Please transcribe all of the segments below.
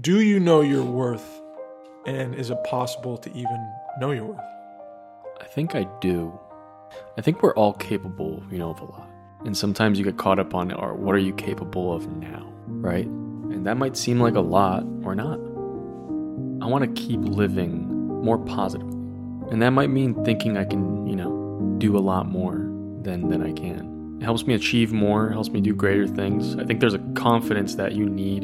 Do you know your worth? And is it possible to even know your worth? I think I do. I think we're all capable, you know, of a lot. And sometimes you get caught up on, or what are you capable of now, right? And that might seem like a lot or not. I want to keep living more positively. And that might mean thinking I can, you know, do a lot more than, than I can. It helps me achieve more, helps me do greater things. I think there's a confidence that you need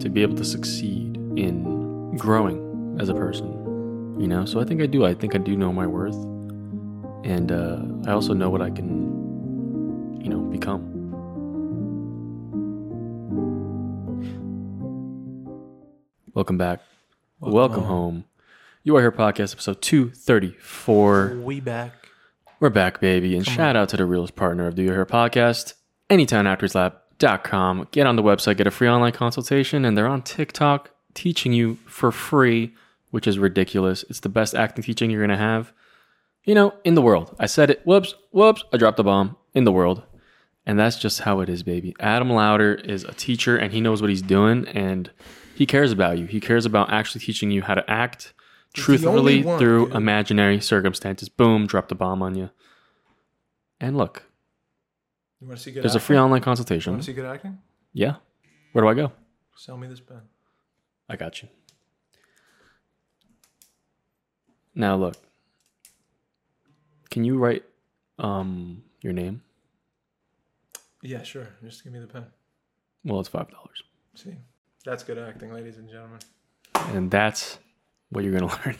to be able to succeed in growing as a person, you know? So I think I do. I think I do know my worth. And uh, I also know what I can, you know, become. Welcome back. Welcome, home. You Are Here podcast episode 234. We back. We're back, baby. And shout out to the realest partner of the You Are Here podcast, AnytimeActorsLab.com. Get on the website, get a free online consultation, and they're on TikTok teaching you for free, which is ridiculous. It's the best acting teaching you're going to have, you know, in the world. I said it. Whoops, whoops. I dropped the bomb in the world. And that's just how it is, baby. Adam Louder is a teacher and he knows what he's doing and he cares about you. He cares about actually teaching you how to act truthfully only one, through dude. imaginary circumstances. Boom, dropped the bomb on you. And look, You want to see good there's a acting? free online You want consultation. to see good acting? Yeah. Where do I go? Sell me this pen. I got you. Now look. Can you write um your name? Yeah, sure. Just give me the pen. Well, it's $5. See, that's good acting, ladies and gentlemen. And that's what you're going to learn.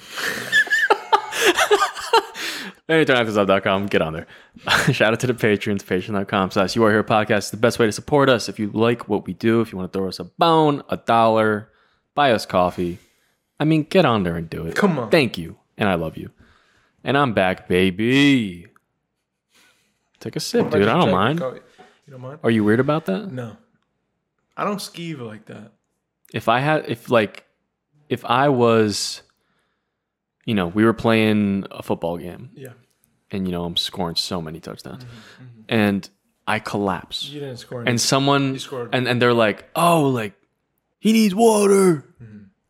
AnytimeActorsLab.com. Get on there. Shout out to the patrons, patreon.com slash you are here podcast. It's the best way to support us. If you like what we do, if you want to throw us a bone, a dollar, buy us coffee. I mean, get on there and do it. Come on. Thank you. And I love you. And I'm back, baby. Take a sip, dude. I just don't check- mind. oh, You don't mind? Are you weird about that? No. I don't skeeve like that. if I had if like if I was you know, we were playing a football game Yeah. and you know, I'm scoring so many touchdowns. And I collapse. You didn't score. And someone scored. and and they're like, "Oh, like he needs water."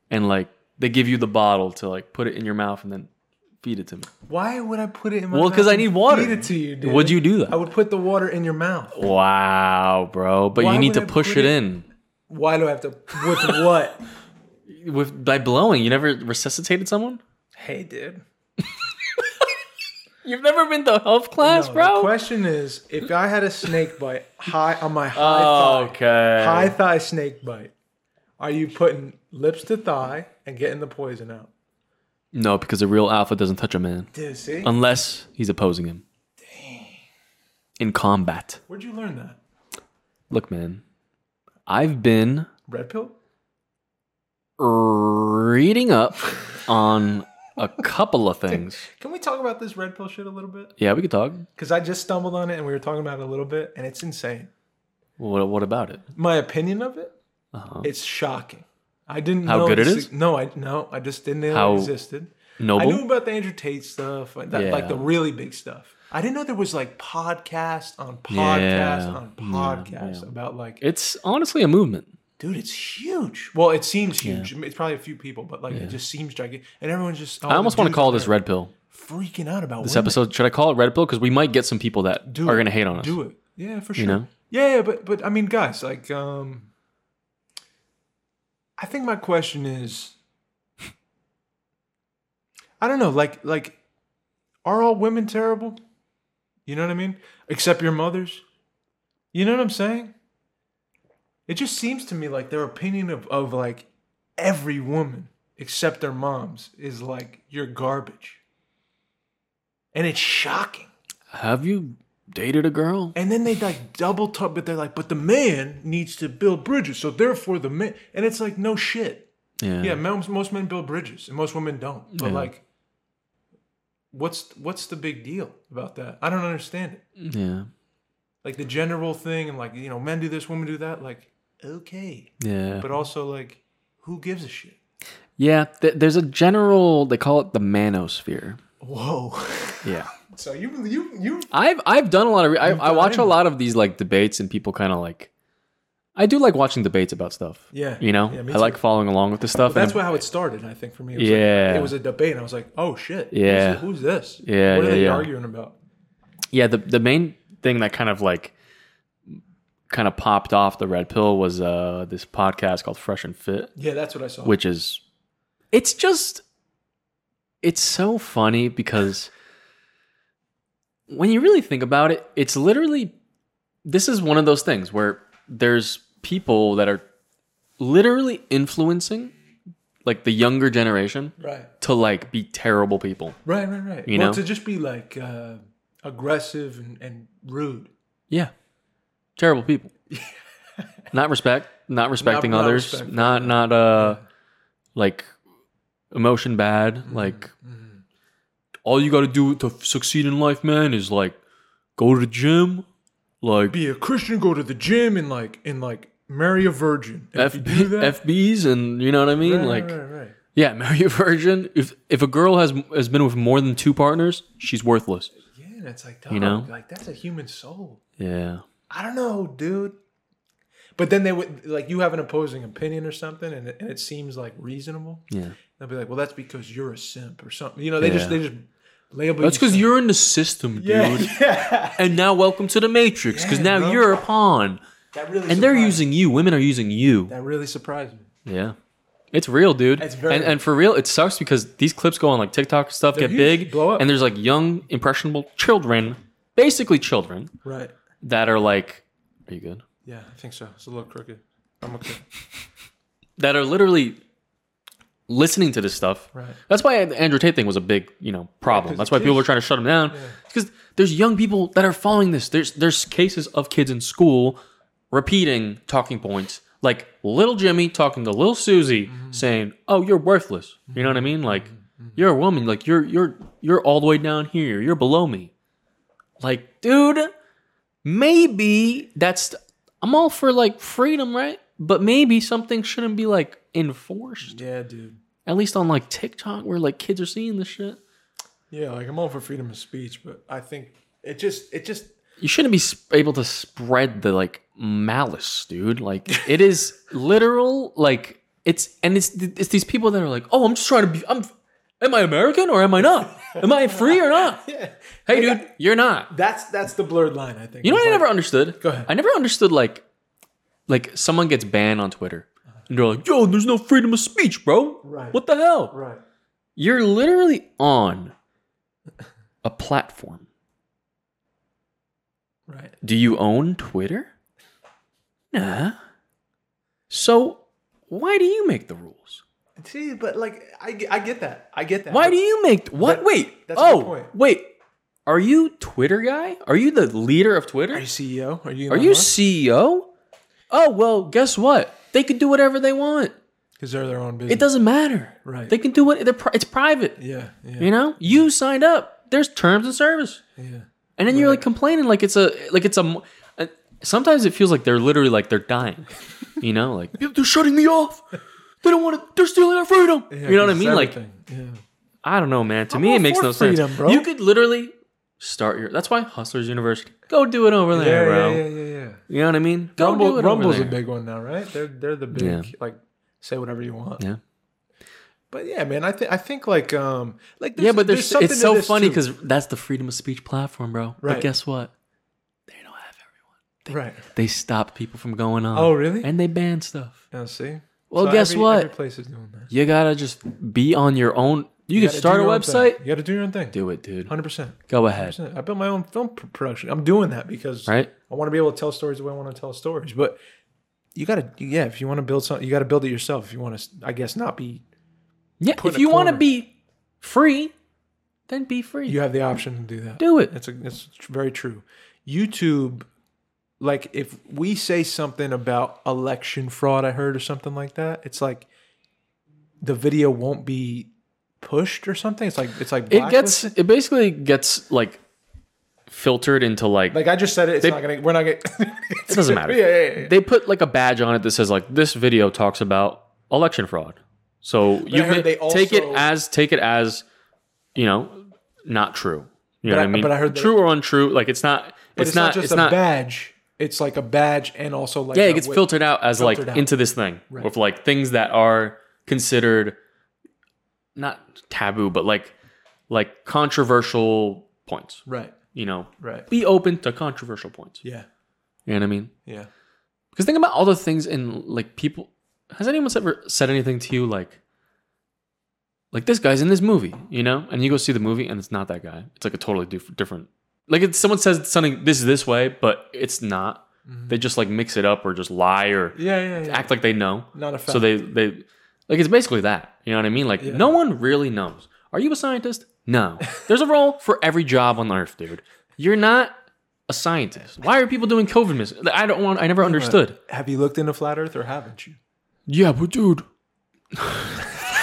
And like they give you the bottle to like put it in your mouth and then feed it to me. Why would I put it in my Well, mouth 'cause I and need water. Feed it to you, dude. Would you do that? I would put the water in your mouth. wow, bro. But Why you need would to I push put it it- in Why do I have to? With what? with by blowing. You never resuscitated someone? hey, dude. You've never been to health class, No, bro? The question is, if I had a snake bite high on my high Oh, thigh, okay. high thigh snake bite, are you putting lips to thigh and getting the poison out? No, because a real alpha doesn't touch a man Dude, see, Um, unless he's opposing him. Dang. In combat. where'd you learn that? Look, man, I've been Red pill? reading up on a couple of things. Can we talk about this red pill shit a little bit? Yeah, we could talk. Because I just stumbled on it and we were talking about it a little bit, and it's insane. What, what about it? My opinion of it, Uh-huh. it's shocking. I didn't How know good it this- is? No, I no, I just didn't know How it existed. I knew Noble? about the Andrew Tate stuff, like, that, Yeah. like the really big stuff. I didn't know there was like podcast on podcast Yeah. on podcast about like, It's honestly a movement. dude, it's huge. Well, it seems huge. It's probably a few people, but like it just seems gigantic. And everyone's just. oh, I almost want to call this red pill. freaking out about This episode, should I call it red pill? Because we might get some people that Do are it. going to hate on us. Do it, yeah, for sure. know? Yeah, yeah, but but I mean, guys, like, um, I think my question is, I don't know, like like, are all women terrible? You know what I mean? Except your mothers. You know what I'm saying? It just seems to me like their opinion of, of like every woman except their moms is like you're garbage. And it's shocking. Have you dated a girl? And then they like double talk, but they're like, but the man needs to build bridges, so therefore the man. And it's like, no shit. Yeah, most, most men build bridges, and most women don't. But Yeah. like, what's what's the big deal about that? I don't understand it. Yeah. Like the gender role thing, and like you know, men do this, women do that. Like, okay, Yeah. but also like, who gives a shit? Yeah, th- there's a general. They call it the manosphere. Whoa. Yeah, so you you you I've I've done a lot of. Re- I, I watch a done. lot of these like debates and people kind of like I do like watching debates about stuff. Yeah. You know, Yeah, me I like too. following along with the stuff. But that's and why how it started, I think, for me. It was Yeah. Like, it was a debate, and I was like, oh, shit. who's Yeah. thi- Who's, this? Yeah, What are yeah, they yeah. arguing about? yeah, the the main thing that kind of like kind of popped off the red pill was uh this podcast called Fresh and Fit. Yeah, that's what I saw. which is it's just it's so funny because when you really think about it it's literally this is one of those things where there's people that are literally influencing like the younger generation right. to like be terrible people Right, right, right. You well, know? to just be like uh, aggressive and, and rude. yeah terrible people not respect not respecting not others respectful, not yeah. not uh like emotion bad like Mhm. all you got to do to f- succeed in life, man, is like go to the gym, like Be a Christian, go to the gym, and like and like marry a virgin. And F- if you do that, FBs, and you know what I mean. right, right, like, right, right. yeah, marry a virgin. If if a girl has has been with more than two partners, she's worthless. Yeah, and it's like, You dog, know? like that's a human soul. Yeah, I don't know, dude. But then they would like you have an opposing opinion or something, and it, and it seems like reasonable. yeah. They'll be like, "Well, that's because you're a simp or something." You know, they just Yeah. they just label. That's you because you're in the system, dude. simp. yeah, yeah. And now welcome to the matrix, because Yeah, now bro. you're a pawn, That really and they're surprised- using you. Women are using you. that really surprised me. Yeah. It's real, dude. It's very and, real. and for real, it sucks because these clips go on like TikTok and stuff, They're get huge, big, blow up. and there's like young, impressionable children, basically children, Right? that are like, are you good? Yeah, I think so. It's a little crooked. I'm okay. That are literally listening to this stuff. Right. That's why the Andrew Tate thing was a big, you know, problem. 'cause That's the why people are kids- trying to shut him down. Because there's young people that are following this. There's there's cases of kids in school repeating talking points like little Jimmy talking to little Susie Mm-hmm. saying, "Oh, you're worthless." You know what I mean? Like you're a woman. Like you're you're you're all the way down here. You're below me. Like, dude, maybe that's I'm all for like freedom, right? But maybe something shouldn't be like enforced Yeah, dude. at least on like TikTok where like kids are seeing this shit. Yeah, like I'm all for freedom of speech, but I think it just it just You shouldn't be sp- able to spread the like malice, dude. Like it is literal. Like it's and it's it's these people that are like, oh, I'm just trying to be. I'm. Am I American or am I not? Am I free or not? Hey, dude, you're not. that's that's the blurred line. I think. You know It's what I like- never understood? Go ahead. I never understood like like someone gets banned on Twitter and they're like, yo, there's no freedom of speech, bro. Uh-huh. Right. What the hell? Right. You're literally on a platform Right. Do you own Twitter? Nah. So why do you make the rules? See, but like I, ge- I get that. I get that. Why do you make what? That- wait. that's a oh, good point. wait. Are you Twitter guy? Are you the leader of Twitter? Are you Uh-huh. CEO? Are you? Are you CEO? Oh well, guess what? They can do whatever they want. Because they're their own business. It doesn't matter. Right. They can do what they're. pri- It's private. Yeah. Yeah. You know. You signed up. There's terms and service. Yeah. And then you're like complaining like it's a like it's a m- uh, sometimes it feels like they're literally like they're dying. You know, like they're shutting me off. They don't want to they're stealing our freedom. Yeah, you know what I 'cause mean? it's Like everything. yeah. I don't know, man. To I'm me all it makes for no freedom, sense. bro. You could literally start your That's why Hustlers University. Go do it over there, yeah, bro. yeah, yeah, yeah, yeah. You know what I mean? Go do Rumble, it Rumble's over a there. big one now, right? They're they're the big Yeah. like say whatever you want. Yeah. But yeah, man, I think I think like um like yeah, but there's, something it's to so this, funny too. cuz that's the freedom of speech platform, bro. But Right. guess what? They don't have everyone. right. They stop people from going on. Oh, really? And they ban stuff. Now see. Well, So guess every- what? Every place is doing that. You gotta just be on your own. You, can gotta start a do your own website. thing. You got to do your own thing. Do it, dude. Hundred percent. Go ahead. I built my own film pr- production. I'm doing that because Right? I want to be able to tell stories the way I want to tell stories. But you got to, yeah, if you want to build something, you got to build it yourself. If you want to, I guess, not be, Yeah. Put in If a you want to corner. be free, then be free. you have the option to do that. Do it. It's, a, it's tr- very true. YouTube, like if we say something about election fraud, I heard, or something like that, it's like the video won't be pushed or something. It's like, it's like, It gets. blacklisted. It basically gets like filtered into like. like I just said it. It's not going to, we're not going to, it doesn't matter. Yeah, yeah, yeah. They put like a badge on it that says like this video talks about election fraud. So you I heard may- they take it also- as take it as you know not true. You But know what I I- mean? but I heard they- true or untrue. Like it's not. But It's, not. just it's a not. badge. it's like a badge and also like yeah, it a gets wi- filtered out as like filtered out. into this thing Right. of like things that are considered not taboo, but like like controversial points. Right. You know, Right. be open to controversial points. Yeah. You know what I mean? Yeah. Because think about all the things in like people. Has anyone ever said anything to you like, like this guy's in this movie, you know? And you go see the movie, and it's not that guy. It's like a totally dif- different. Like if someone says something this is this way, but it's not. They just like mix it up or just lie or Mm-hmm. Yeah. Yeah. yeah. act like they know. Not a fact. So they they like it's basically that. You know what I mean? Like Yeah. no one really knows. Are you a scientist? No. There's a role for every job on earth, dude. You're not a scientist. Why are people doing COVID mis- I don't want I never understood. Have you looked into flat Earth or haven't you? Yeah, but dude.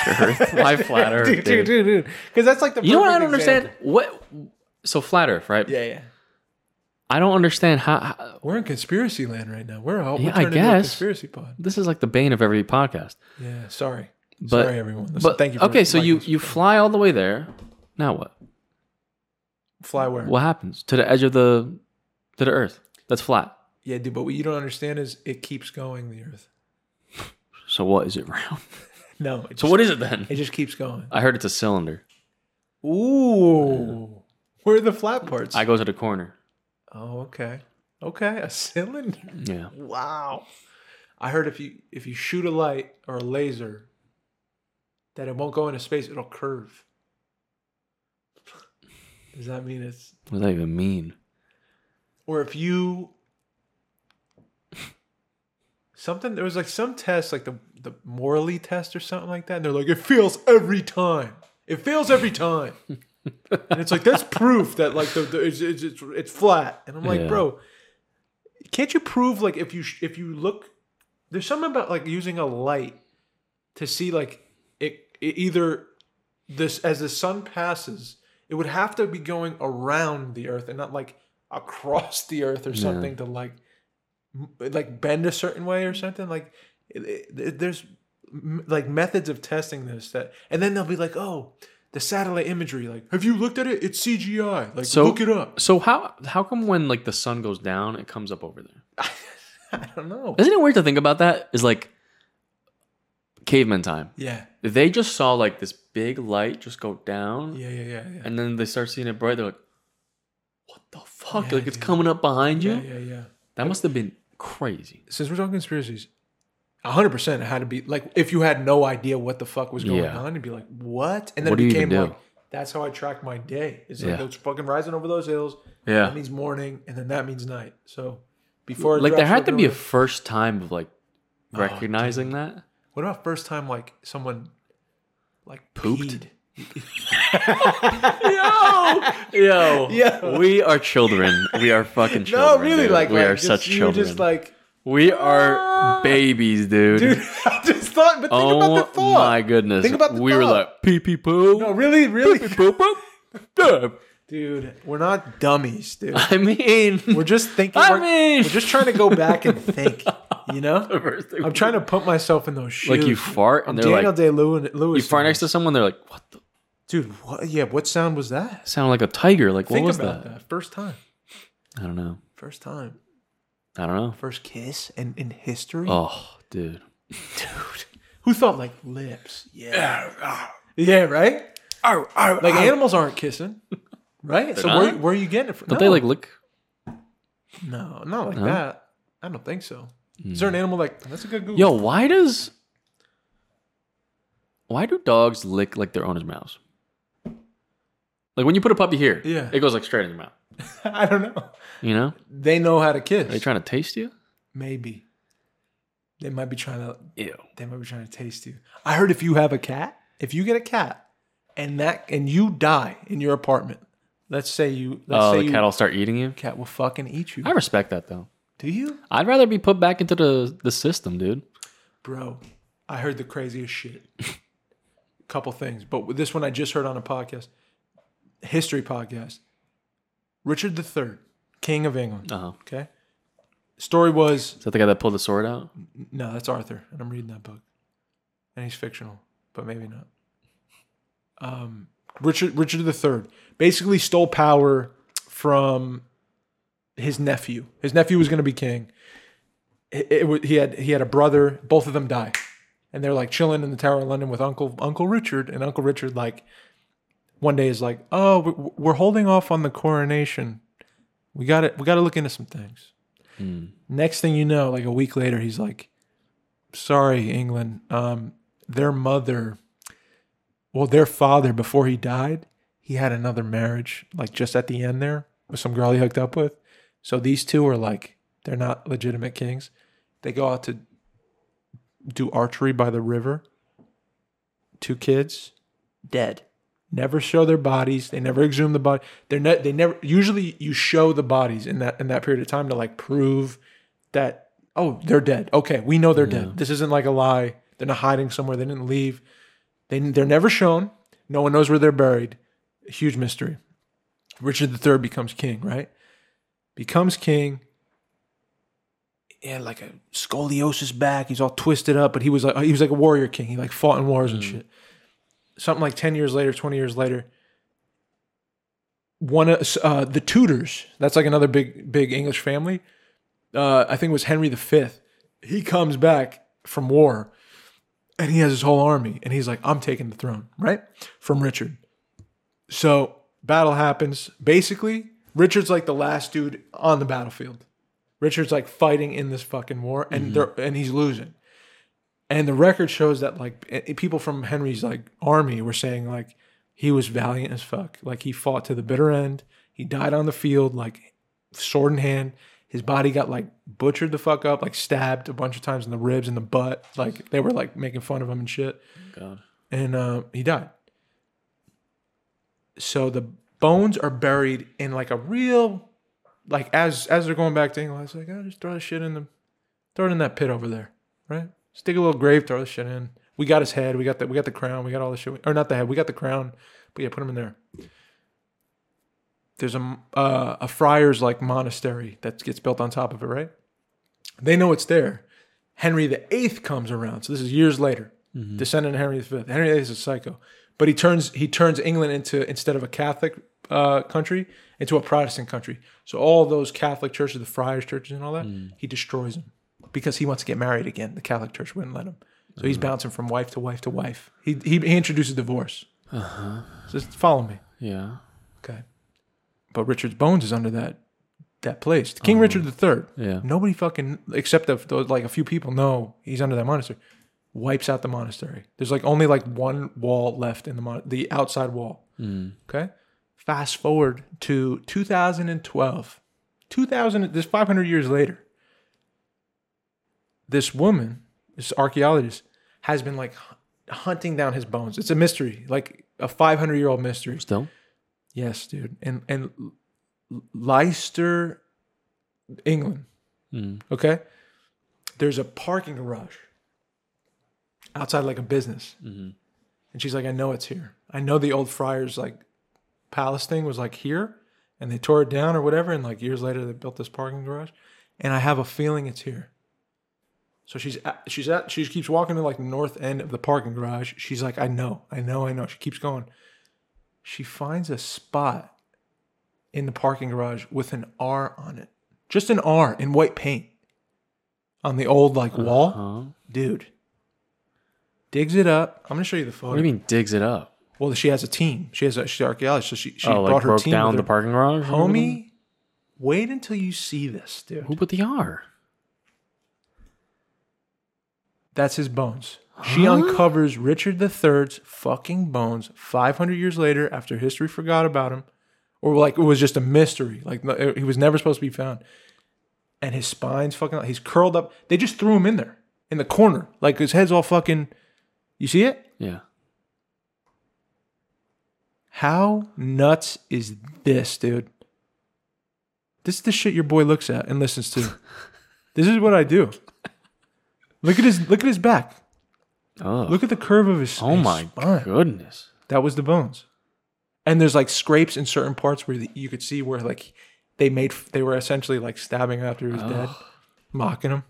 Earth. Why flat earth? Dude, dude, dude. Because that's like the. You know what I perfect don't understand? example. What so flat earth, right? Yeah, yeah. I don't understand how, how We're in conspiracy land right now. We're all Yeah, we're I turning into a guess. conspiracy pod. this is like the bane of every podcast. Yeah. Sorry. But- sorry, everyone. Listen, But thank you. For okay, so you liking you fly all the way there. Now what? us. fly where? What happens to the edge of the to the earth? That's flat. Yeah, dude. But what you don't understand is it keeps going. The Earth. So what is it round? No. It just, So what is it then? It just keeps going. I heard it's a cylinder. Ooh. Where are the flat parts? I go to the corner. oh, okay. Okay, a cylinder. Yeah. Wow. I heard if you if you shoot a light or a laser, that it won't go into space, it'll curve. Does that mean it's What does that even mean? or if you something there was like some test like the the Morley test or something like that and they're like it fails every time it fails every time and it's like that's proof that like the, the it's, it's it's it's flat and I'm like Yeah. bro can't you prove like if you sh- if you look there's something about like using a light to see like it, it either this as the sun passes it would have to be going around the earth and not like across the earth or something to like m- like bend a certain way or something like it, it- it- there's m- like methods of testing this that and then they'll be like oh the satellite imagery like have you looked at it it's cgi like So- look it up So how how come when like the sun goes down, it comes up over there? i don't know Isn't it weird to think about that? Is like caveman time. yeah They just saw like this big light just go down, yeah yeah yeah yeah and then they start seeing it bright. They're like, "What the fuck? Yeah, like it's dude. coming up behind you." yeah yeah yeah That must have been crazy. since we're talking conspiracies, hundred percent it had to be like if you had no idea what the fuck was going Yeah. on, you'd be like, "What?" And then What it do you became even do? like, "That's how I track my day." It's Yeah. like those fucking rising over those hills. Yeah. That means morning, and then that means night. So before it like there drops had to over be a with- first time of like Oh, recognizing that. what about first time like someone like Pooped? peed? Yo, Yo. we are children. We are fucking No, children. really, dude. like we like, are just- such you children. Just like "Ah." we are babies, dude. dude, I just thought, but think oh about the thought. my goodness! Think about the we were thought. like pee pee poo. No, really, pee really, poo poo. Yeah. dude, we're not dummies, dude. I mean, We're just thinking. I we're, mean- we're just trying to go back and think. You know, First thing I'm trying to put myself in those shoes. like you fart and they're Daniel like Day Lewis. you fart next to someone. They're like, what the? dude. What? Yeah. What sound was that? Sound like a tiger. Like what Think was about that? that? First time. I don't know. First time. I don't know. First kiss in in history. Oh, dude. Dude, who thought like lips? Yeah. yeah. Right. like animals aren't kissing, right? So where, not? where are you getting it from? Don't they like lick? No, not like that. I don't think so. Is there an animal like that's a good Google? Hmm. Yo, why does why do dogs lick like their owner's mouths? Like when you put a puppy here, Yeah. it goes like straight in your mouth. I don't know. You know, They know how to are they kiss. trying to taste you? Maybe. They might be trying to Ew. they might be trying to taste you. I heard if you have a cat, if you get a cat and that and you die in your apartment, let's say you let's Oh, say the you, cat will start eating you. cat will fucking eat you. I respect that though. Do you? I'd rather be put back into the the system, dude. Bro, I heard the craziest shit. Couple things, but with this one I just heard on a podcast, history podcast. Richard III, King of England. Uh huh. Okay. Story was Is that the guy that pulled the sword out? No, that's Arthur, and I'm reading that book. And he's fictional, but maybe not. Um, Richard Richard III basically stole power from his nephew. His nephew was going to be king. It, it, wa- he had he had a brother. Both of them die, and they're like chilling in the Tower of London with Uncle Uncle Richard. And Uncle Richard like one day is like, "Oh, we- we're holding off on the coronation. We got to We got to look into some things." Next thing you know, like a week later, he's like, "Sorry, England. Um, their mother, well, their father before he died, he had another marriage, like just at the end there with some girl he hooked up with. So these two are like, they're not legitimate kings. They go out to do archery by the river. Two kids, dead. Never show their bodies. They never exhume the body. They're ne- they never. Usually, you show the bodies in that in that period of time to like prove that oh they're dead. Okay, we know they're dead. This isn't like a lie. They're not hiding somewhere. They didn't leave. They they're never shown. No one knows where they're buried. Huge mystery. Richard III becomes king, right? Becomes king. And like a scoliosis back, he's all twisted up, but he was like he was like a warrior king. He like fought in wars and shit. Something like ten years later, twenty years later, one of uh, the Tudors. That's like another big big English family. Uh, I think it was Henry V. He comes back from war, and he has his whole army, and he's like, "I'm taking the throne," right from Richard. So battle happens. Basically, Richard's like the last dude on the battlefield. Richard's like fighting in this fucking war, and they're and he's losing. And the record shows that like eh, people from Henry's like army were saying like he was valiant as fuck. Like he fought to the bitter end. He died on the field like sword in hand. His body got like butchered the fuck up, like stabbed a bunch of times in the ribs and the butt. Like they were like making fun of him and shit God. and uh, he died. So the bones are buried in like a real, like as as they're going back to England, it's like, oh, just throw the shit in the, throw it in that pit over there, right? Stick a little grave, throw the shit in. We got his head, we got the we got the crown, we got all the shit, or not the head, we got the crown, but yeah, put him in there. There's a m- uh, a friar's like monastery that gets built on top of it, right? They know it's there. Henry VIII comes around, so this is years later descendant of Henry V. Henry VIII is a psycho, but he turns he turns England into instead of a Catholic uh, country into a Protestant country. So all those Catholic churches, the Friars churches, and all that, he destroys them because he wants to get married again. The Catholic Church wouldn't let him, so he's bouncing from wife to wife to wife. He he, he introduces divorce. Just follow me, Yeah. okay? But Richard's bones is under that that place. King Richard III. Yeah. Nobody fucking except the, those like a few people know he's under that monastery. Wipes out the monastery. There's like only like one wall left in the mon- the outside wall. Okay. Fast forward to 2012. 2000 this 500 years later. This woman, this archaeologist has been like hu- hunting down his bones. It's a mystery, like a 500-year-old mystery. Still? Yes, dude. And and L- L- Leicester, England. Mm. Okay. There's a parking garage outside like a business. And she's like, I know it's here. I know the old friars like palace thing was like here and they tore it down or whatever. And like years later, they built this parking garage. And I have a feeling it's here. So she's at, she's at she keeps walking to like the north end of the parking garage. She's like, I know, I know, I know. She keeps going. She finds a spot in the parking garage with an R on it, just an R in white paint on the old like Uh-huh. wall, Huh? dude. Digs it up. I'm gonna show you the photo. What do you mean digs it up? Well, she has a team. She has a she's an archaeologist, so she she oh, brought like her broke team. down the with her. parking garage? or something? Homie, wait until you see this, dude. Who put the R? That's his bones. She Huh? uncovers Richard III's fucking bones 500 years later after history forgot about him, or like it was just a mystery. Like no- he was never supposed to be found. And his spine's fucking, he's curled up. They just threw him in there in the corner. Like his head's all fucking, you see it? Yeah. How nuts is this, dude? This is the shit your boy looks at and listens to. this is what I do. Look at his look at his back. Oh. Look at the curve of his oh his my spine. goodness. That was the bones. And there's like scrapes in certain parts where the, you could see where like they made they were essentially like stabbing after he was dead, mocking him.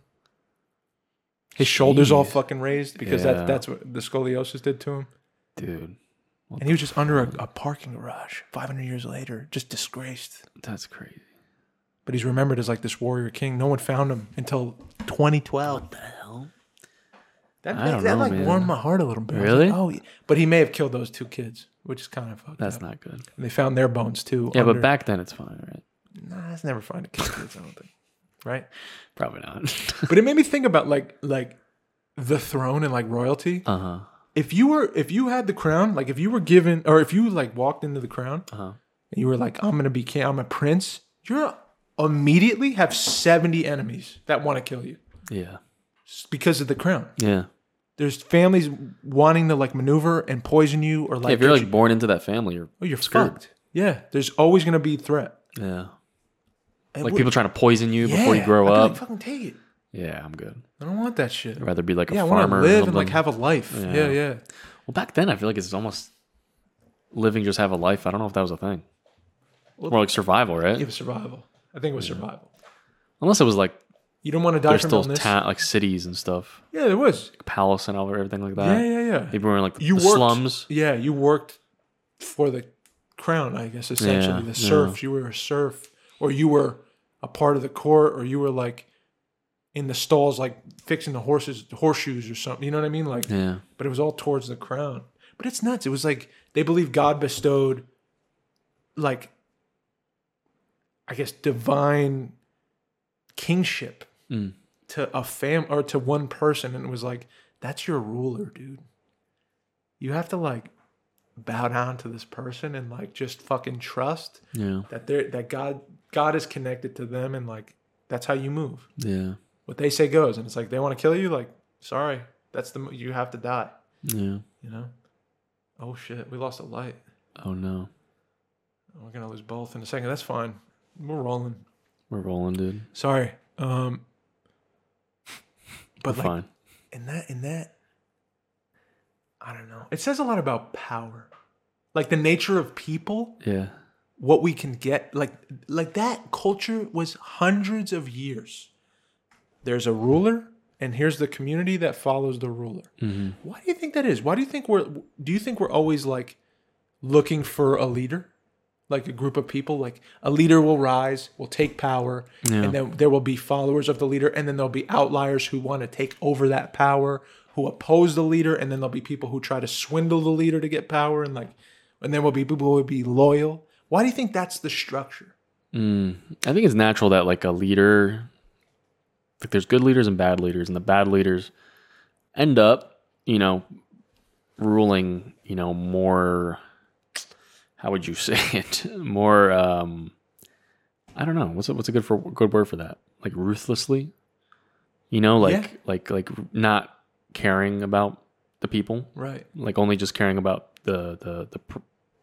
His shoulders all Jeez. fucking raised because Yeah. that, that's what the scoliosis did to him. Dude, And he was just under a, a parking garage 500 years later, just disgraced. that's crazy. but he's remembered as like this warrior king. No one found him until 2012. That, I that- don't that, know, like man. warmed my heart a little bit. I was Really? Like, oh, yeah. but he may have killed those two kids, which is kind of fucked. That's up. not good. And they found their bones too. Yeah, under- but back then it's fine, right? Nah, it's never fine to kill kids. I don't think. Right. Probably not. But it made me think about like like the throne and like royalty. uh huh. If you were if you had the crown, like if you were given or if you like walked into the crown Uh-huh. and you were like, I'm gonna be king, I'm a prince, you're immediately have 70 enemies that want to kill you Yeah. s- because of the crown. Yeah. There's families wanting to like maneuver and poison you or like if you're get like you- born into that family, you're oh, you're screwed. fucked. Yeah, there's always gonna be threat. Yeah. And Like what- people trying to poison you before you Yeah, grow I'd be up. Like, Fucking take it. yeah, I'm good. I don't want that shit. I'd rather be like a Yeah, I want to farmer. or live and like something. have a life. Yeah. Yeah, yeah. well, back then I feel like it's almost living just have a life. I don't know if that was a thing. Well- More like survival, right? It was survival. I think it was survival. Unless it was like You don't want to die there's from still illness. ta- like cities and stuff, yeah, there was. like palace and all everything like that. Yeah, yeah, yeah. People were in like the, You the worked. slums. Yeah, you worked for the crown, I guess, essentially. Yeah, the serfs. You were a serf, or you were a part of the court, or you were like in the stalls, like fixing the horses, horseshoes, or something. You know what I mean? Like, Yeah. but it was all towards the crown. But it's nuts. It was like they believe God bestowed, like, I guess, divine kingship Mm. to a fam or to one person, and it was like that's your ruler, dude. You have to like bow down to this person and like just fucking trust Yeah. that they're that God God is connected to them, and like that's how you move. Yeah. What they say goes, and it's like they want to kill you. Like, sorry, that's the mo- you have to die Yeah. you know oh shit we lost a light Oh no. we're gonna lose both in a second that's fine we're rolling We're rolling, dude. sorry um We're but like fine. in that in that i don't know it says a lot about power like the nature of people Yeah. what we can get like like that culture was hundreds of years there's a ruler and here's the community that follows the ruler Mm-hmm. why do you think that is why do you think we're do you think we're always like looking for a leader like a group of people like a leader will rise will take power Yeah. and then there will be followers of the leader and then there'll be outliers who want to take over that power who oppose the leader and then there'll be people who try to swindle the leader to get power and like and there will be people who will be loyal why do you think that's the structure Mm, I think it's natural that like a leader, like there's good leaders and bad leaders, and the bad leaders end up, you know, ruling, you know, more. How would you say it? More, um, I don't know. What's a, what's a good for good word for that? Like ruthlessly, you know, like Yeah. like like not caring about the people, right like only just caring about the the the pr-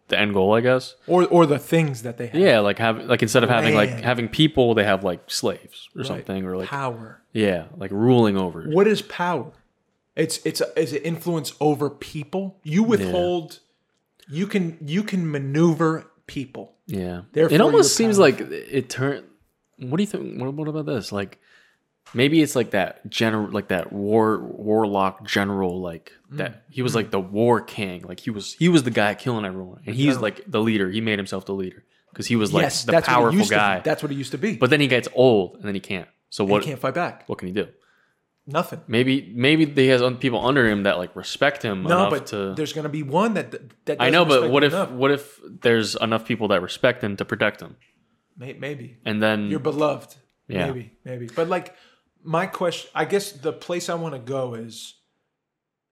the end goal, I guess. or or the things that they have Yeah, like have like instead of having like Land. having people, they have like slaves or Right. something, or like power yeah, like ruling over. What is power? It's it's a, is it influence over people? You withhold. You can you can maneuver people. Yeah, Therefore, it almost you're seems like it turned. What do you think? What, what about this? Like maybe it's like that general, like that war warlock general, like Mm, that he was like the war king, like he was he was the guy killing everyone, and he's like the leader. He made himself the leader because he was like yes, the that's what it powerful used guy. To, that's what it used to be. But but then he gets old, and then he can't. So you what? can't fight back. What can he do? Nothing. Maybe maybe he has un- people under him that like respect him No, enough but to. there's gonna be one that that. I know, doesn't but respect what you if enough. what if there's enough people that respect him to protect him, May- maybe and then you're beloved? Yeah. Maybe maybe. But like my question, I guess the place I want to go is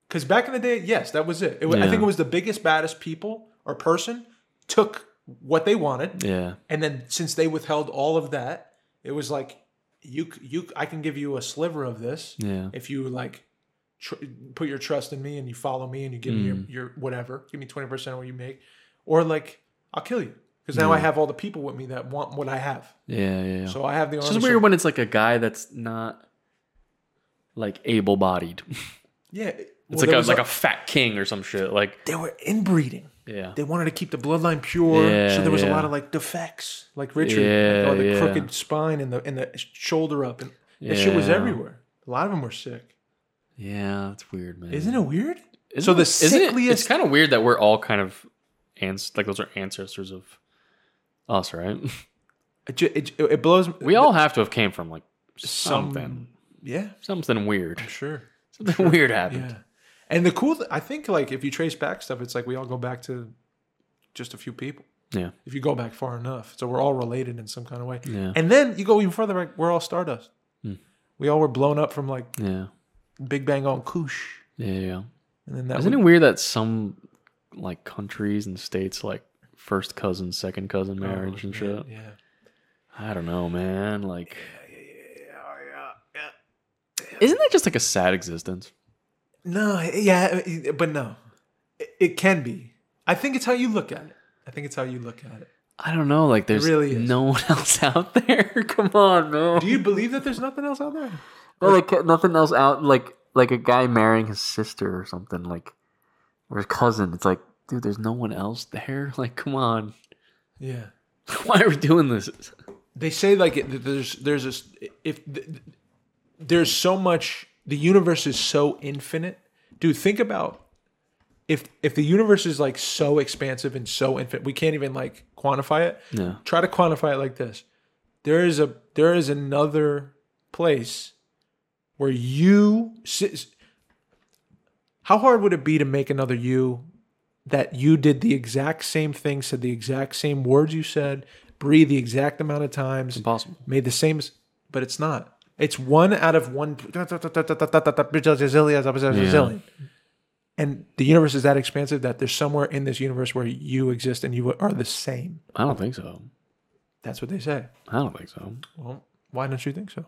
because back in the day, yes, that was it. it was, I Yeah. think it was the biggest baddest people or person took what they wanted. yeah, And then since they withheld all of that, it was like you c- you I can give you a sliver of this yeah, if you like tr- put your trust in me and you follow me and you give me your, Mm. your whatever, give me 20% of what you make or like I'll kill you because now I have all the people with me that want what I have. yeah, yeah. yeah. So I have the it's army. just so- weird when it's like a guy that's not like able-bodied. It's yeah. It's like a, like a fat king or some shit. Like they were inbreeding. yeah, They wanted to keep the bloodline pure, Yeah, so there was a yeah. lot of like defects, like Richard, Yeah, like, all the yeah. crooked spine and the and the shoulder up, and that shit was Yeah. everywhere. A lot of them were sick. yeah, that's weird, man. Isn't it weird? Isn't so it- the isn't it- it's sickliest- kind of weird that we're all kind of ans- like those are ancestors of us, right? It, ju- it, it blows. me- We all have to have came from like Some- something, yeah, something weird. sure. Something weird happened. Yeah. And the cool, th- I think, like if you trace back stuff, it's like we all go back to just a few people. Yeah. If you go back far enough, so we're all related in some kind of way. Yeah. Hmm. And then you go even further back, we're all stardust. We all were blown up from like Yeah. Big Bang on Koosh, Yeah. yeah. and then that. Isn't would- it weird that some like countries and states like first cousin, second cousin Oh, marriage and shit? Yeah. I don't know, man. Like, isn't that just like a sad existence? No, yeah, it- but no, it, it can be. I think it's how you look at it. I think it's how you look at it. I don't know. Like, there's really is. no one else out there. Come on, man. Do you believe that there's nothing else out there? Or like nothing else out. Like, like a guy marrying his sister or something. Like, or his cousin. It's like, dude, there's no one else there. Like, come on. Yeah. Why are we doing this? they say like it, that there's there's this if th- th- there's so much the universe is so infinite dude think about if if the universe is like so expansive and so infinite we can't even like quantify it No. try to quantify it like this there is a there is another place where you sit how hard would it be to make another you that you did the exact same thing said the exact same words you said breathe the exact amount of times Impossible. made the same as- but it's not it's one out of one zillion and the universe is that expansive that there's somewhere in this universe where you exist and you are the same I don't think so. that's what they say. I don't think so. Well, why don't you think so?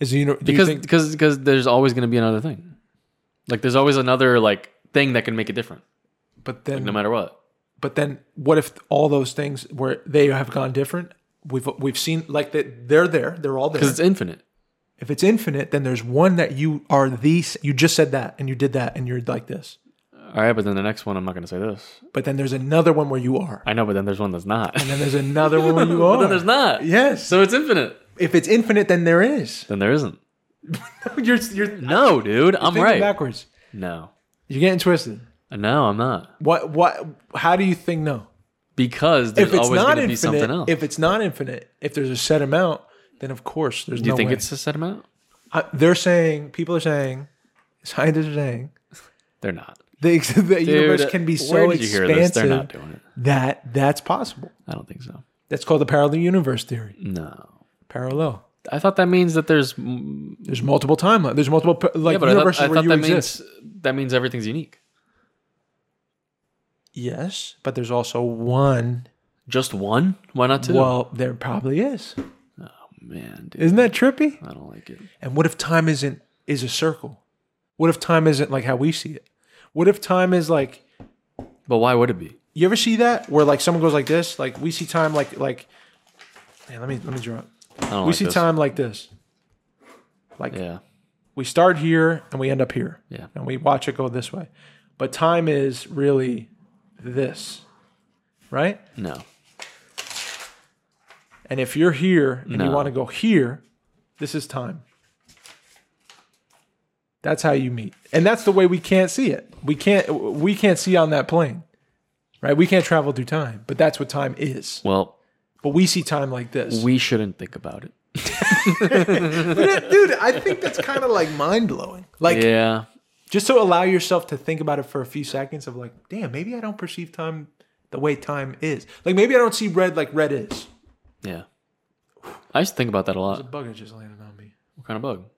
Is the uni- do because you think because because there's always going to be another thing like there's always another like thing that can make it different but then no matter what but then what if all those things where they have gone different? We've we've seen like that they're there, they're all there. because it's infinite if it's infinite, then there's one that you are the s- you just said that and you did that and you're like this. all right but then the next one i'm not going to say this But then there's another one where you are. i know but then there's one that's not And then there's another one where you but are. then there's not Yes. so it's infinite If it's infinite, then there is. then there isn't you're you're thinking no dude i'm right backwards. no You're getting twisted. no i'm not What what how do you think no? because there's if it's always not going to infinite, be something else if it's not infinite, if there's a set amount, then of course there's do you no think way. it's a set amount I- they're saying people are saying scientists are saying they're not the, ex- the universe Dude, can be so where did you hear this? they're not expansive doing it that that's possible. i don't think so That's called the parallel universe theory. no Parallel. i thought that means that there's mm, There's multiple timelines. There's multiple pa- like yeah, but I thought, universes I where thought you that exist. means that means everything's unique. yes, but there's also one. Just one? Why not two? Oh, Well, there probably is. Man, dude, Isn't that trippy? I don't like it. And what if time isn't is a circle? What if time isn't like how we see it? What if time is like But why would it be? You ever see that where like someone goes like this? Like we see time like like. Man, let me let me draw. It. I don't We like see this. time like this. Like Yeah, we start here and we end up here. Yeah. And we watch it go this way, but time is really this, right? no, And if you're here and you No. want to go here, this is time. That's how you meet. And that's the way we can't see it. We can't we can't see on that plane. Right? We can't travel through time, but that's what time is. Well, But we see time like this. we shouldn't think about it. Dude, I think that's kind of like mind blowing. Like, Yeah, just to allow yourself to think about it for a few seconds of like, damn, maybe I don't perceive time the way time is. Like, maybe I don't see red like red is. yeah. I used to think about that a The lot. bug that just landed on me. What kind of bug?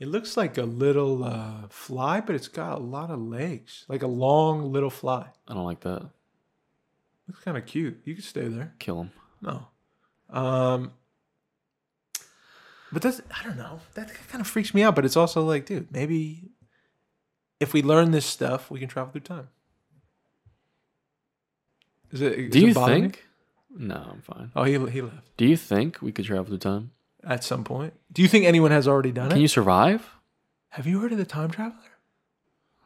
It looks like a little uh, fly, but it's got a lot of legs. Like a long little fly. I don't like that. Looks kind of cute. You could stay there. Kill him. No. Um, but that's, I don't know. That kind of freaks me out. But it's also like, dude, maybe if we learn this stuff, we can travel through time. Is it? Do does it you bother me? think? No, I'm fine. Oh, he he left Do you think we could travel through time? at some point. Do you think anyone has already done Can it? you survive? Have you heard of the time traveler?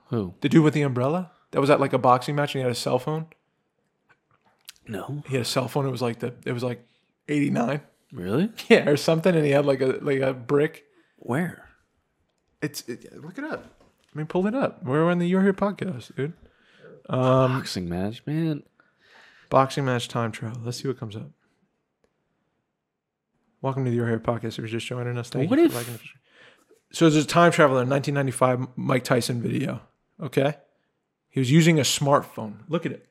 Who? The dude with the umbrella that was at like a boxing match and he had a cell phone. No. He had a cell phone. It was like the it was like eighty nine, Really? yeah, or something. And he had like a like a brick. Where? It's it, look it up. I mean, Um, pull it up. We're on the You're Here podcast, dude. Boxing match, man. Boxing match time trial. Let's see what comes up. Welcome to the Your Hair Podcast. If you're just joining us, thank What you if- for liking. us. So there's a time traveler, 1995 Mike Tyson video. Okay, he was using a smartphone. Look at it.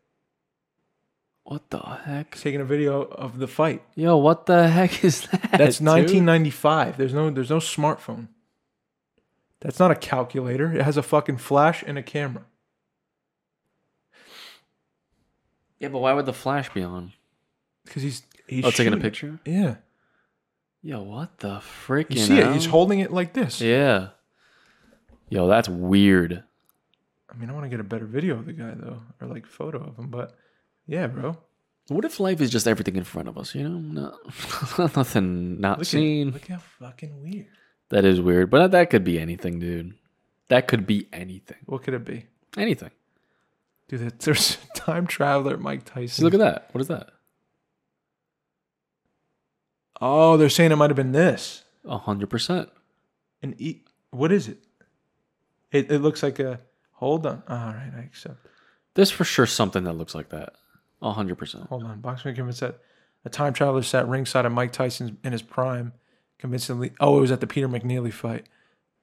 What the heck? He's taking a video of the fight. Yo, what the heck is that? That's dude? 1995. There's no there's no smartphone. That's not a calculator. It has a fucking flash and a camera. Yeah, but why would the flash be on? Because he's he's Oh, taking a shooting. picture? Yeah, Yo, what the freaking you see it. hell? He's holding it like this. Yeah. Yo, that's weird. I mean, I want to get a better video of the guy though, or like photo of him. But yeah, bro. What if life is just everything in front of us, you know? Not, nothing not Look, seen. At, look how fucking weird. That is weird, but that could be anything, dude. That could be anything. What could it be? Anything. Dude, that- there's a time traveler Mike See, Tyson. look at that. What is that? Oh, they're saying it might have been this. A hundred percent. An e. What is it? It it looks like a. Hold on. All right, I accept. There's for sure something that looks like that. A hundred percent. Hold on. Boxman convinced that a time traveler sat ringside of Mike Tyson in his prime, convincingly. Oh, it was at the Peter McNeely fight,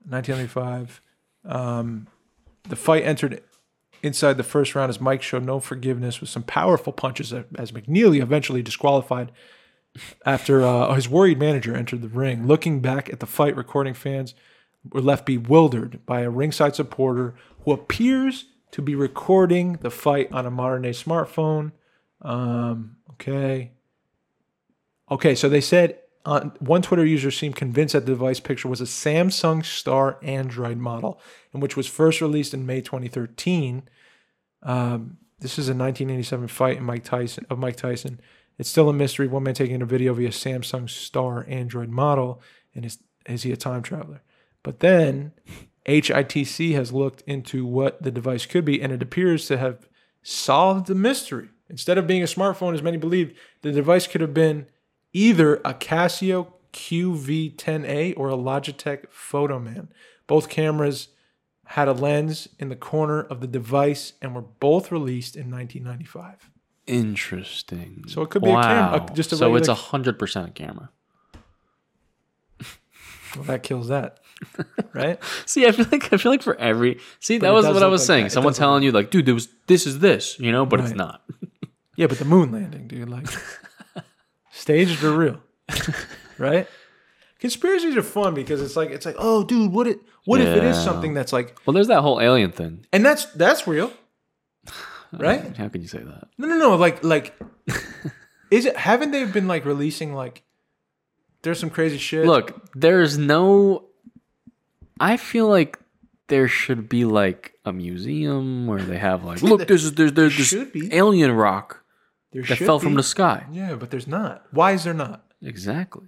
1995. Um, the fight entered inside the first round as Mike showed no forgiveness with some powerful punches a- as McNeely eventually disqualified after uh, his worried manager entered the ring. Looking back at the fight, recording fans were left bewildered by a ringside supporter who appears to be recording the fight on a modern day smartphone. Um, okay. Okay, so they said on, one Twitter user seemed convinced that the device picture was a Samsung Star Android model, and which was first released in May 2013. Um, this is a 1987 fight in Mike Tyson of Mike Tyson. It's still a mystery. One man taking a video via Samsung Star Android model, and is is he a time traveler? But then, HITC has looked into what the device could be, and it appears to have solved the mystery. Instead of being a smartphone, as many believed, the device could have been either a Casio QV10A or a Logitech Photoman. Both cameras had a lens in the corner of the device and were both released in 1995. Interesting. So it could be a cam- a- just a so it's uh, a regular- hundred percent a camera. Well, that kills that, right? See, I feel like I feel like for every see that it was does what I look was like saying. that. It Someone does look telling you like, dude, there was this is this, you know, but it's Right. not. Yeah, but the moon landing, dude, like staged or real, right? Conspiracies are fun because it's like it's like, oh, dude, what it what if it is Yeah. something that's like, Well, there's that whole alien thing, Uh, and that's that's real, right? How can you say that? No, no, no. Like, like, is it? Haven't they been like releasing like? There's some crazy shit. Look, there's no. I feel like there should be like a museum where they have like, look, this is there's there's this should be. alien rock there that should fell from be. the sky. Yeah, but there's not. Why is there not? Exactly.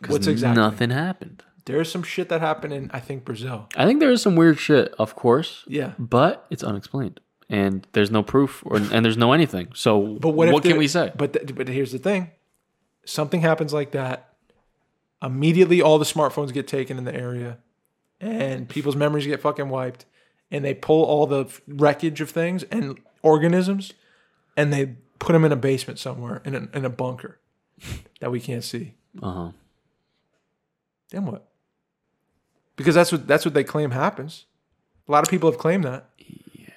'Cause What's exactly? Nothing happened. There's some shit that happened in I think Brazil. I think there is some weird shit, of course, Yeah, but it's unexplained, and there's no proof, or and there's no anything. So, but what? if can there- we say? But th- but here's the thing: something happens like that. Immediately, all the smartphones get taken in the area, and people's memories get fucking wiped, and they pull all the f- wreckage of things and organisms, and they put them in a basement somewhere in a, in a bunker that we can't see. Uh huh. Then what? Because that's what that's what they claim happens. A lot of people have claimed that. Yeah.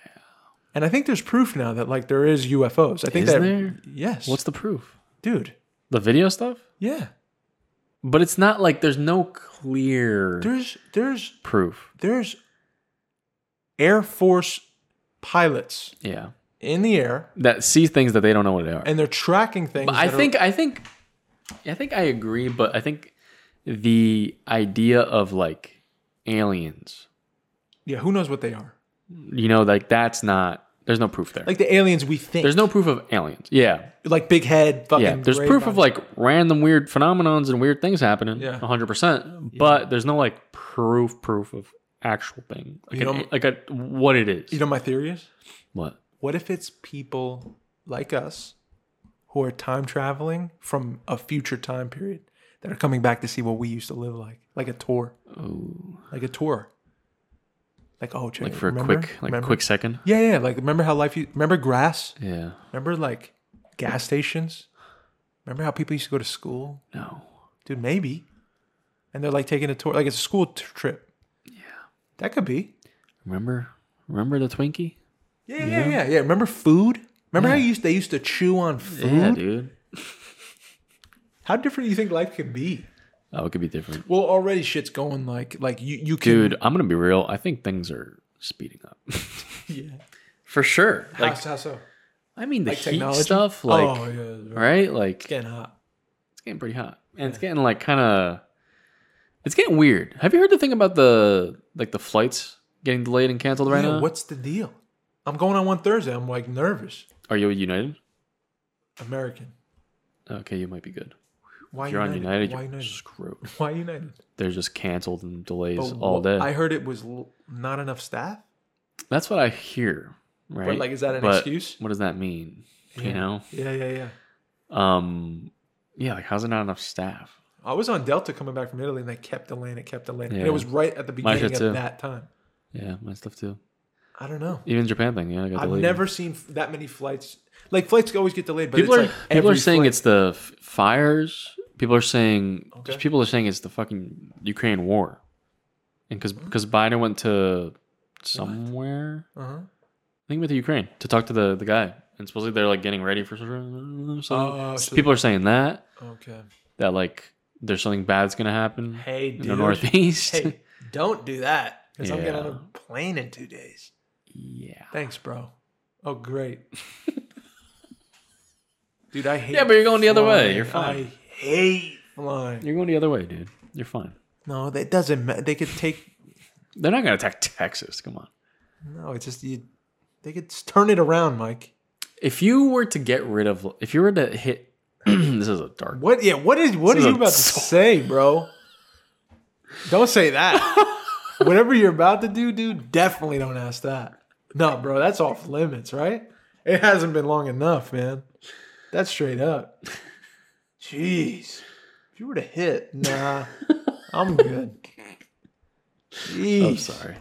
And I think there's proof now that like there is UFOs. I think Is that there? yes. What's the proof? dude? The video stuff. Yeah. But it's not like there's no clear There's there's proof. there's Air Force pilots Yeah. in the air That see things that they don't know what they are. and they're tracking things. But I that are- think I think I think I agree, but I think the idea of like aliens, yeah, who knows what they are? you know, like that's not there's no proof there. Like the aliens we think. there's no proof of aliens. Yeah. like big head fucking Yeah. There's gray proof of body. like random weird phenomenons and weird things happening. Yeah. 100%. But there's no like proof proof of actual thing. Like, You an- know- like a, what it is. you know my theory is? what? What if it's people like us who are time traveling from a future time period that are coming back to see what we used to live like, like a tour, Oh. like a tour, like oh, check Like it, for a remember? quick like remember? a quick second. yeah, yeah, like remember how life you remember grass, Yeah. remember like gas stations. Remember how people used to go to school? No. Dude, maybe. And they're like taking a tour, like it's a school t- trip. Yeah. That could be. Remember? Remember the Twinkie? Yeah, yeah, yeah, yeah. Remember food? Remember how you used, they used to chew on food? Yeah, dude. How different do you think life could be? Oh, it could be different. Well, already shit's going like like you you can Dude, I'm gonna be real. I think things are speeding up. yeah. For sure. Like how, how so? I mean the Like heat technology? stuff, like oh yeah, it's very- right? Like it's getting hot. it's getting pretty hot. And it's getting like kinda it's getting weird. Have you heard the thing about the like the flights getting delayed and canceled right Yeah, now? what's the deal? I'm going on one Thursday. I'm like nervous. Are you United? American. Okay, you might be good. Why If you're on United, Why you're United? screwed. Why United? They're just canceled and delays But all wh- day. I heard it was l- not enough staff. That's what I hear. Right? like, is that an But excuse? What does that mean? You Yeah. know? Yeah, yeah, yeah. Um yeah, like how's there not enough staff? I was on Delta coming back from Italy, and they kept delaying it, kept delaying it. And Yeah. it was right at the beginning shit of too. that time. Yeah, my stuff too. I don't know. Even Japan thing, yeah, I got I've delayed. never seen f- that many flights. Like flights always get delayed, but people are it's like people are every saying flight- it's the f- fires. People are saying Okay. people are saying it's the fucking Ukraine war, and because Mm-hmm. Biden went to somewhere, Uh-huh. I think with the Ukraine to talk to the the guy, and supposedly they're like getting ready for something. Oh, so- people are saying that Okay. that like there's something bad's gonna happen Hey, in dude. the Northeast. hey, don't do that because I'm getting on Yeah. a plane in two days. yeah, Thanks, bro. Oh, great. dude, I hate. Yeah, but you're going the other way. You're flying. I hate flying. you're going the other way, dude. You're fine. No, that doesn't matter. They could take. They're not gonna attack Texas. Come on. No, it's just you. They could s- turn it around, Mike. If you were to get rid of, if you were to hit, this is a dark What? Yeah. What is? What This are you is a about to so- say, bro? Don't say that. Whatever you're about to do, dude, definitely don't ask that. No, bro, that's off limits, right? It hasn't been long enough, man. That's straight up. Jeez. If you were to hit, nah, I'm good. Jeez. I'm sorry.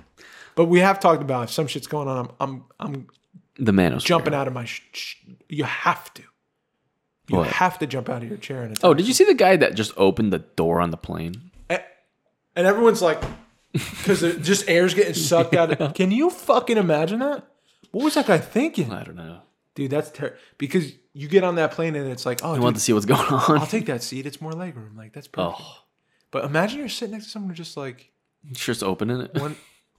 But we have talked about if some shit's going on, I'm I'm, I'm The Manos. jumping out of my. Sh- sh- you have to. You What? have to jump out of your chair and attack. Oh, did you see the guy that just opened the door on the plane? and everyone's like, because just air's getting sucked out. Of, can you fucking imagine that? What was that guy thinking, I don't know. dude? That's terrible. Because you get on that plane and it's like, oh, I dude, want to see what's going I'll on. take that seat. It's more legroom. Like that's perfect. Oh, But imagine you're sitting next to someone who's just like it's just opening it. one.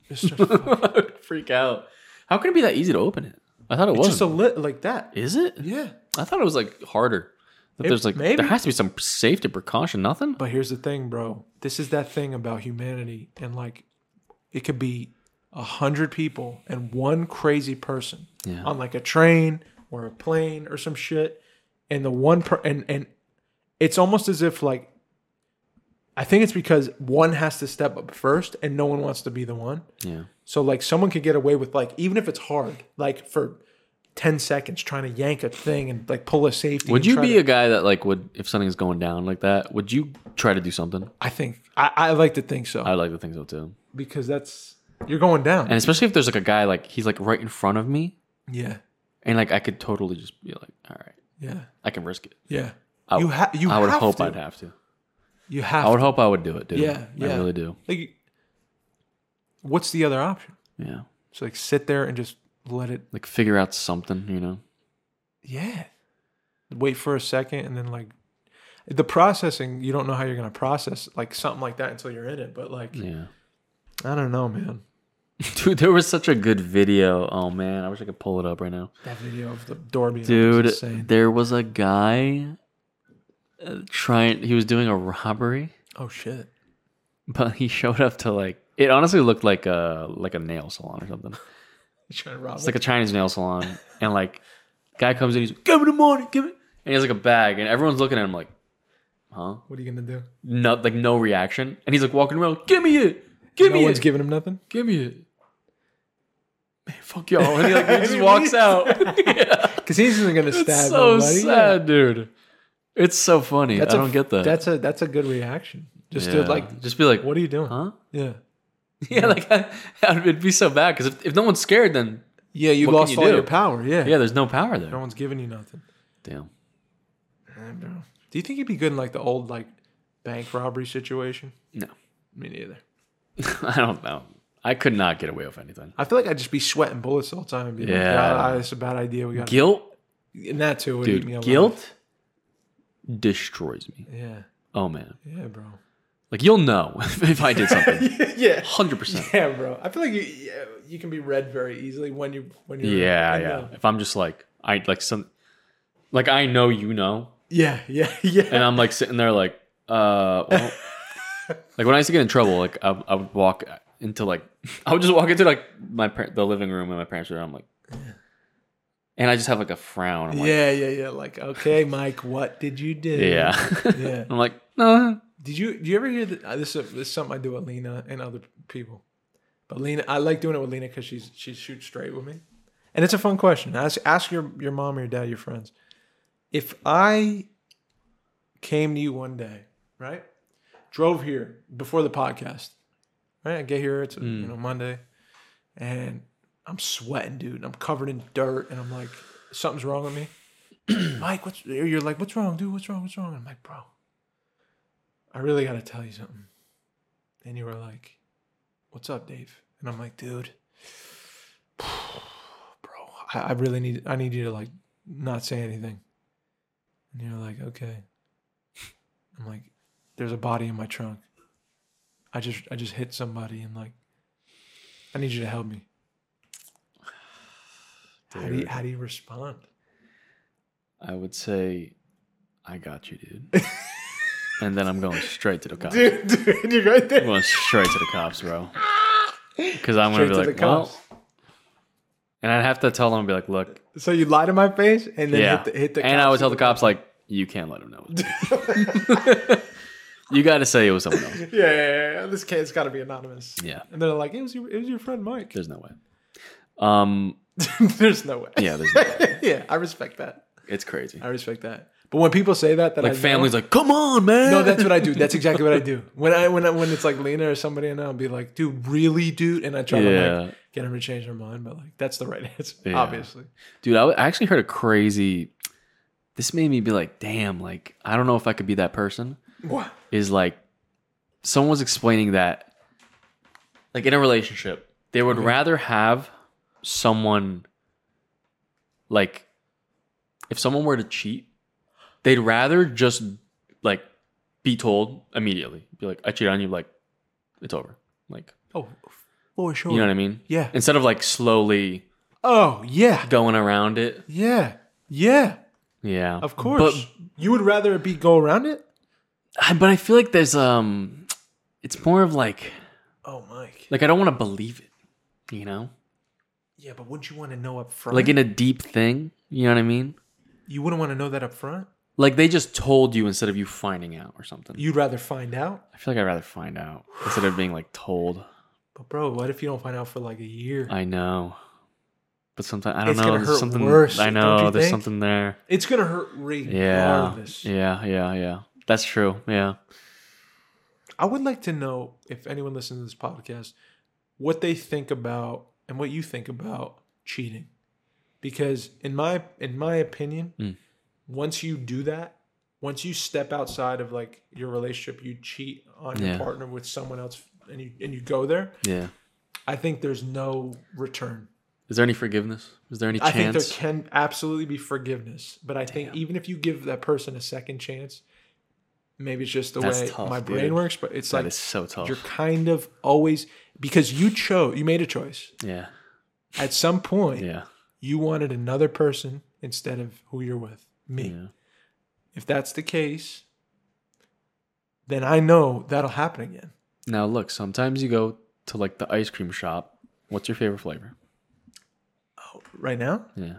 Just, it's I would freak out. How can it be that easy to open it? I thought it was. just a lit like that. Is it? Yeah. I thought it was like harder. That It- there's like maybe. there has to be some safety precaution. Nothing. But here's the thing, bro. This is that thing about humanity, and like, it could be a hundred people and one crazy person Yeah. on like a train or a plane or some shit, and the one per and and it's almost as if like, I think it's because one has to step up first, and no one wants to be the one. Yeah. So like, someone could get away with like, even if it's hard, like for. 10 seconds trying to yank a thing and like pull a safety. Would and you try be to- a guy that like would if something's going down like that? Would you try to do something? I think, I, I like to think so I like to think so too. because that's, you're going down. And especially if there's like a guy like he's like right in front of me, Yeah, and like I could totally just be like, all right, yeah, I can risk it. yeah. I, you ha- you I would have hope to. I'd have to. You have I would hope I would do it, dude. Yeah, I yeah. really do. like. What's the other option? Yeah, So like sit there and just let it. like figure out something, you know. Yeah. Wait for a second and then like, the processing. You don't know how you're gonna process like something like that until you're in it. But like, Yeah, I don't know, man. dude, there was such a good video. Oh man, I wish I could pull it up right now, That video of the door being opened dude. is insane. There was a guy uh, trying. He was doing a robbery, Oh shit. but he showed up to like. It honestly looked like a like a nail salon or something. He's trying to rob. It's like a Chinese nail salon, and like, guy comes in, he's like, "Give me the money, give me," and he has like a bag, and everyone's looking at him like, "Huh?" what are you gonna do? No, like no reaction, and he's like walking around, "Give me it, give no me one's it, giving him nothing. give me it." Man, fuck y'all, and he like he just walks out. yeah. Because he's not gonna stab. It's so nobody. Yeah. sad, dude. It's so funny. That's I a- don't get that. That's a that's a good reaction. Just to yeah. like, just be like, what are you doing? huh? Yeah. Yeah, like I, it'd be so bad because if, if no one's scared, then Yeah, you What can lost you all do? your power. Yeah. yeah, there's no power there. No one's giving you nothing. Damn. Eh, bro. Do you think he'd be good in like the old like bank robbery situation? No. Me neither. I don't know. I could not get away with anything. I feel like I'd just be sweating bullets the whole time and be Yeah. like, "Ah, that's a bad idea. We got Guilt, and that too would eat me alive. dude. Guilt destroys me. Yeah, Oh man. yeah, bro. Like you'll know if I did something. yeah, Hundred percent. yeah, bro. I feel like you yeah, you can be read very easily when you when you're Yeah, in yeah. the- If I'm just like I like some, like I know you know, yeah, yeah, yeah. and I'm like sitting there like, uh, well, like when I used to get in trouble, like I, I would walk into like I would just walk into like my par- the living room and my parents were. I'm like, and I just have like a frown. I'm like, yeah, yeah, yeah. Like, okay, Mike, what did you do? yeah. yeah. I'm like, no. Did you do you ever hear that? Uh, this, is, this is something I do with Lena and other people, but Lena, I like doing it with Lena because she's she shoots straight with me, and it's a fun question. Ask ask your your mom or your dad, your friends. If I came to you one day, right, drove here before the podcast, right, I get here it's you know Monday, and I'm sweating, dude, and I'm covered in dirt, and I'm like, something's wrong with me. Mike, what's or you're like, what's wrong, dude? What's wrong? What's wrong? And I'm like, bro. I really got to tell you something. And you were like, What's up, Dave? And I'm like, Dude, bro, I, I really need, I need you to like not say anything. And you're like, Okay. I'm like, There's a body in my trunk. I just, I just hit somebody and like, I need you to help me. How do you, Dude. how do you respond? I would say, I got you, dude. and then I'm going straight to the cops. Dude, dude, you're right I'm there. going straight to the cops, bro. Because I'm Straight gonna to the be like, well, cops. and I'd have to tell them, be like, look, So you lie to my face and then yeah, hit the, hit the and I would cops tell with the cops like, you can't let them know. you got to say it was someone else. Yeah, yeah, yeah. this kid's got to be anonymous. Yeah, And they're like, it was your, it was your friend Mike. there's no way. Um, There's no way. yeah, there's no, yeah, I respect that. it's crazy. I respect that. But when people say that, that I Like know- families, like, come on, man. no, that's what I do. That's exactly what I do. When I when I, when it's like Lena or somebody, and I'll be like, dude, really, dude, and I try to Yeah. like get them to change their mind, but like that's the right answer, Yeah. obviously. Dude, I, I actually heard a crazy. This made me be like, damn, like, I don't know if I could be that person. What? Is like, someone was explaining that, like, in a relationship, they would rather have someone, like, if someone were to cheat, they'd rather just, like, be told immediately, be like, I cheated on you, like, it's over. Like, Oh, for sure. you know what I mean? Yeah. Instead of, like, slowly Oh yeah, going around it. yeah, yeah. Yeah. Of course. you would rather it be go around it. I- but I feel like there's um, it's more of like Oh, Mike. like I don't want to believe it, you know, Yeah, but wouldn't you want to know up front? like in a deep thing, you know what I mean? you wouldn't want to know that up front. Like they just told you instead of you finding out or something. You'd rather find out. I feel like I'd rather find out instead of being like told. But bro, what if you don't find out for like a year? I know, but sometimes I don't It's know. gonna There's hurt something worse, I don't know. you There's think? something there. it's gonna hurt Yeah, regardless. yeah, yeah, yeah. That's true. Yeah. I would like to know if anyone listens to this podcast what they think about and what you think about cheating, because in my in my opinion, Mm. once you do that, once you step outside of like your relationship, you cheat on your Yeah. partner with someone else, and you and you go there. Yeah. I think there's no return. Is there any forgiveness? Is there any I think there chance? can absolutely be forgiveness, but I think even if you give that person a second chance, maybe it's just the That's way tough, my dude. brain works. But it's That like is so tough. you're kind of always because you chose, you made a choice. Yeah. At some point, Yeah. you wanted another person instead of who you're with, me. Yeah. If that's the case, then I know that'll happen again. Now look, sometimes you go to like the ice cream shop. What's your favorite flavor? Right now, Yeah.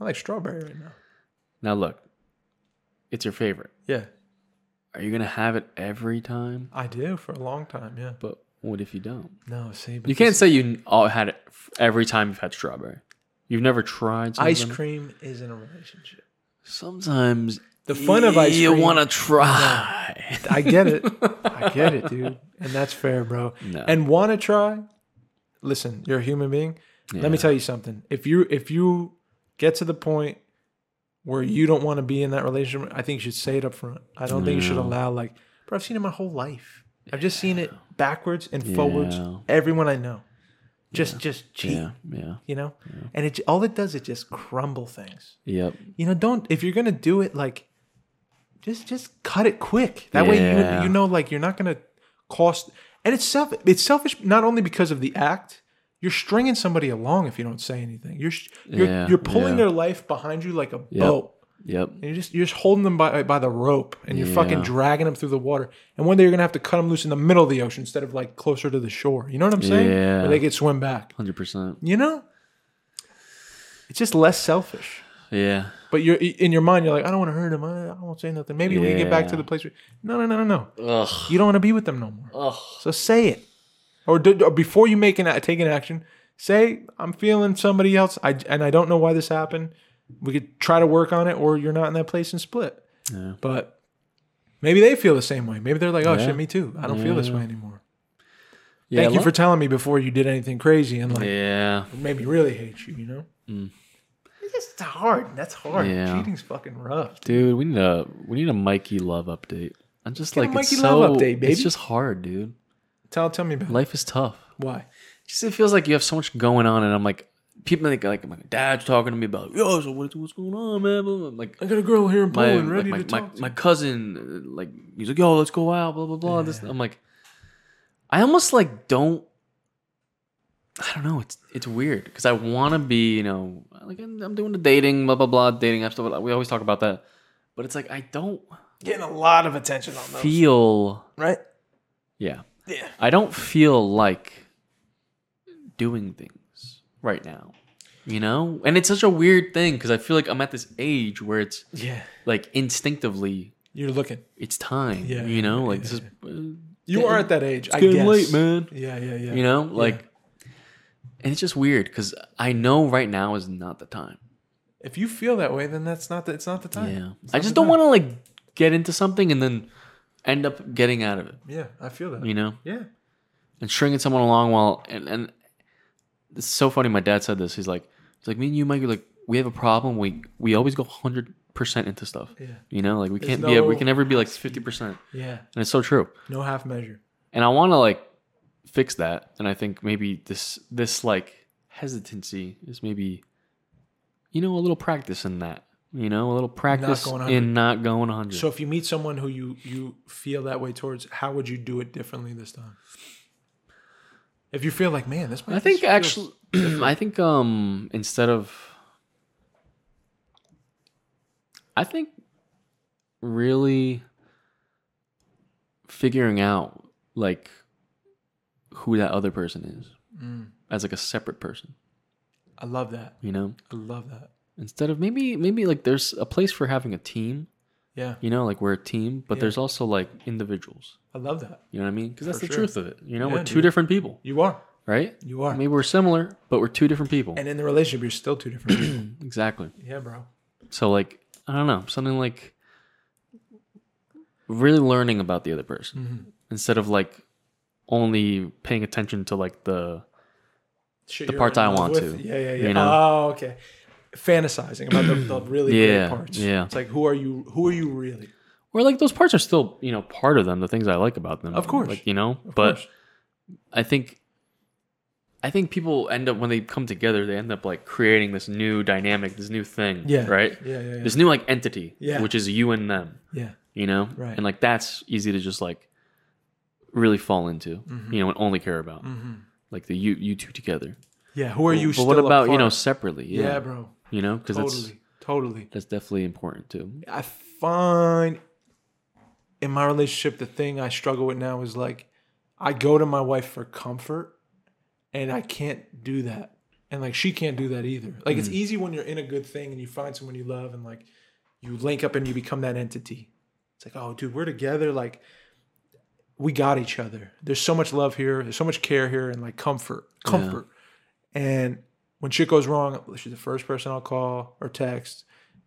I like strawberry right now. Now look, it's your favorite. Yeah, Are you gonna have it every time? I do for a long time. Yeah. But what if you don't? No, see, but You can't say you n- all had it f- every time you've had strawberry. You've never tried something. ice cream is in a relationship. Sometimes The fun of ice you cream- want to try. I get it. I get it, dude. And that's fair, bro. No. And want to try? Listen, you're a human being. Let me tell you something. If you if you get to the point where you don't want to be in that relationship, I think you should say it up front. I don't think you should Yeah. allow like, bro, I've seen it my whole life. I've just seen it backwards and forwards. Yeah. Everyone I know, just just cheat, Yeah, yeah, you know. And it all it does is just crumble things. yep. You know, don't if you're gonna do it, like, just just cut it quick. That way Yeah. you you know like you're not gonna cost. And it's self it's selfish not only because of the act. You're stringing somebody along if you don't say anything. You're sh- you're, Yeah, you're pulling yeah. their life behind you like a boat. Yep. And you're just you're just holding them by by the rope, and you're fucking Yeah. dragging them through the water. And one day you're gonna have to cut them loose in the middle of the ocean instead of like closer to the shore. You know what I'm saying? Yeah. Where they could swim back. Hundred percent. You know, it's just less selfish. Yeah. But you're in your mind, you're like, I don't want to hurt him. I I won't say nothing. Maybe we can get back to Yeah. the place. Where, no, no, no, no, no. Ugh. You don't want to be with them no more. Ugh. So say it, or, do, or before you make an a- take an action, say I'm feeling somebody else. I and I don't know why this happened. We could try to work on it, or you're not in that place and split. Yeah. But maybe they feel the same way. Maybe they're like, oh Yeah. shit, me too. I don't feel this Yeah. way anymore. Yeah. Thank you lo- for telling me before you did anything crazy and like yeah. Mm. it made me really hate you. You know. It's just hard. That's hard. Yeah. Cheating's fucking rough. Dude, we need a we need a Mikey love update. I'm just Get a like it's Mikey so love update, baby. it's just hard, dude. Tell tell me about it. Life is tough. why. Just it feels like you have so much going on, and I'm like people like like my dad's talking to me about yo, so what, what's going on, man? Blah, blah, blah. Like I got a girl here in my Poland like, ready my, to my, talk. to my you. cousin uh, like he's like yo, let's go out, blah blah blah. This I'm like, I almost like don't. I don't know. It's it's weird because I want to be you know like I'm, I'm doing the dating blah blah blah dating app stuff. We always talk about that, but it's like I don't Getting a lot of attention on those, feel right? yeah Yeah. I don't feel like doing things right now. You know? And it's such a weird thing because I feel like I'm at this age where it's Yeah. like instinctively You're looking. it's time. Yeah, you know, like this is You Yeah, are at that age. it's I getting guess. late, man. Yeah, yeah, yeah. You know, like and it's just weird because I know right now is not the time. if you feel that way, then that's not the, it's not the time. Yeah. It's I not just the don't time. want to like get into something and then end up getting out of it. Yeah, I feel that. You know? yeah. and stringing someone along while and and it's so funny. My dad said this. He's like, he's like me and you, Mike. are Like we have a problem. We we always go hundred percent into stuff. Yeah. You know, like we There's can't be. We no- can never be like fifty percent, Yeah. and it's so true. No half measure. And I want to like fix that. And I think maybe this this like hesitancy is maybe, you know, a little practice in that. You know, a little practice going 100. in not going hundred. So if you meet someone who you you feel that way towards, how would you do it differently this time? If you feel like, man, this might I think this feels- actually, I think um instead of, I think really figuring out like who that other person is Mm. as like a separate person, I love that. you know, I love that. instead of maybe maybe like there's a place for having a team, Yeah, you know, like we're a team, but there's also like individuals. I love that. You know what I mean? Because that's For the sure. truth of it. You know, Yeah, we're two dude. different people, You are. right? You are. Maybe we're similar, but we're two different people. And in the relationship, you're still two different people. exactly. yeah, bro. So like I don't know, something like really learning about the other person Mm-hmm. instead of like only paying attention to like the Shit, The you're parts in I love want with. to, Yeah, yeah, yeah. you know? Oh, okay. Fantasizing about the, the really Yeah, great parts. yeah. It's like who are you? Who are you really? or like those parts are still, you know, part of them, the things I like about them. Of course. Like, you know, Of but course. I think I think people end up when they come together, they end up like creating this new dynamic, this new thing. Yeah. Right? Yeah, yeah, yeah. This new like entity, Yeah. which is you and them. yeah, you know Right. and like that's easy to just like really fall into Mm-hmm. you know and only care about like the you you two together yeah. Who are Mm-hmm. you? but still what about you know apart? separately yeah, Yeah, bro. you know because that's Totally, totally. that's definitely important too I find in my relationship the thing I struggle with now is like I go to my wife for comfort and I can't do that. And like she can't do that either. Like it's easy when you're in a good thing and you find someone you love and like you link up and you become that entity. It's like, oh dude, we're together like we got each other. There's so much love here, there's so much care here and like comfort. Comfort. And when shit goes wrong, she's the first person I'll call or text.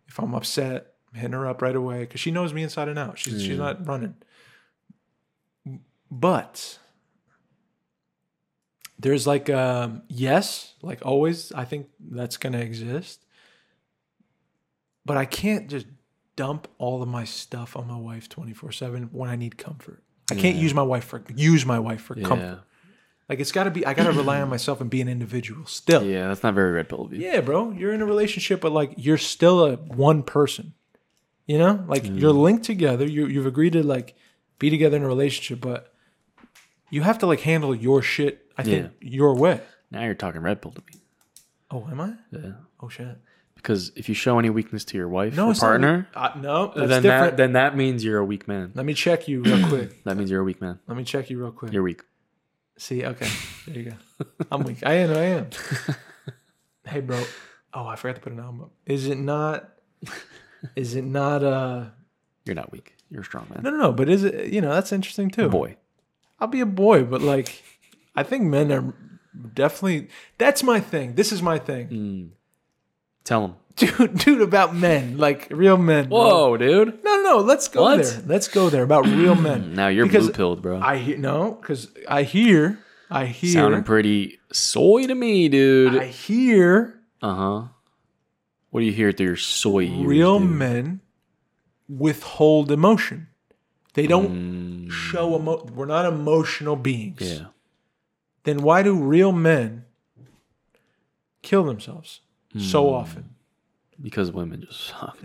If I'm upset, I'm hitting her up right away because she knows me inside and out. She's she's not running. But there's like um, yes, like always. I think that's gonna exist. But I can't just dump all of my stuff on my wife 24/7 when I need comfort. I can't Yeah. use my wife for use my wife for Yeah. comfort. Like it's got to be I got to rely on myself and be an individual still. Yeah, that's not very red pill of you. Yeah, bro. You're in a relationship, but like you're still a one person. You know, like Mm. you're linked together. You you've agreed to like be together in a relationship, but you have to like handle your shit. I think your way. Now you're talking red pill to me. Oh, am I? Yeah. Oh shit. Because if you show any weakness to your wife No or it's not- partner, Uh, no, that's different. then that then that means you're a weak man. Let me check you real quick. That means you're a weak man. Let me check you real quick. You're weak. See, okay, there you go. I'm weak. I am. I am. hey, bro. Oh, I forgot to put an album up. Is it not? Is it not? Uh, You're not weak. You're a strong man. no, no, no. But is it? You know, that's interesting too. Boy. I'll be a boy, but like, I think men are definitely. That's my thing. This is my thing, Mm. Tell him. dude. Dude, about men, like real men. bro. Whoa, dude. No, no, no. Let's go What? there. Let's go there about real men. Now you're Because blue pilled, bro. I hear no, because I hear, I hear, Sounding pretty soy to me, dude. I hear Uh huh. What do you hear through your soy ears? real dude? men withhold emotion. They don't Mm, show emo. We're not emotional beings. yeah. Then why do real men kill themselves Mm. so often? Because women just suck.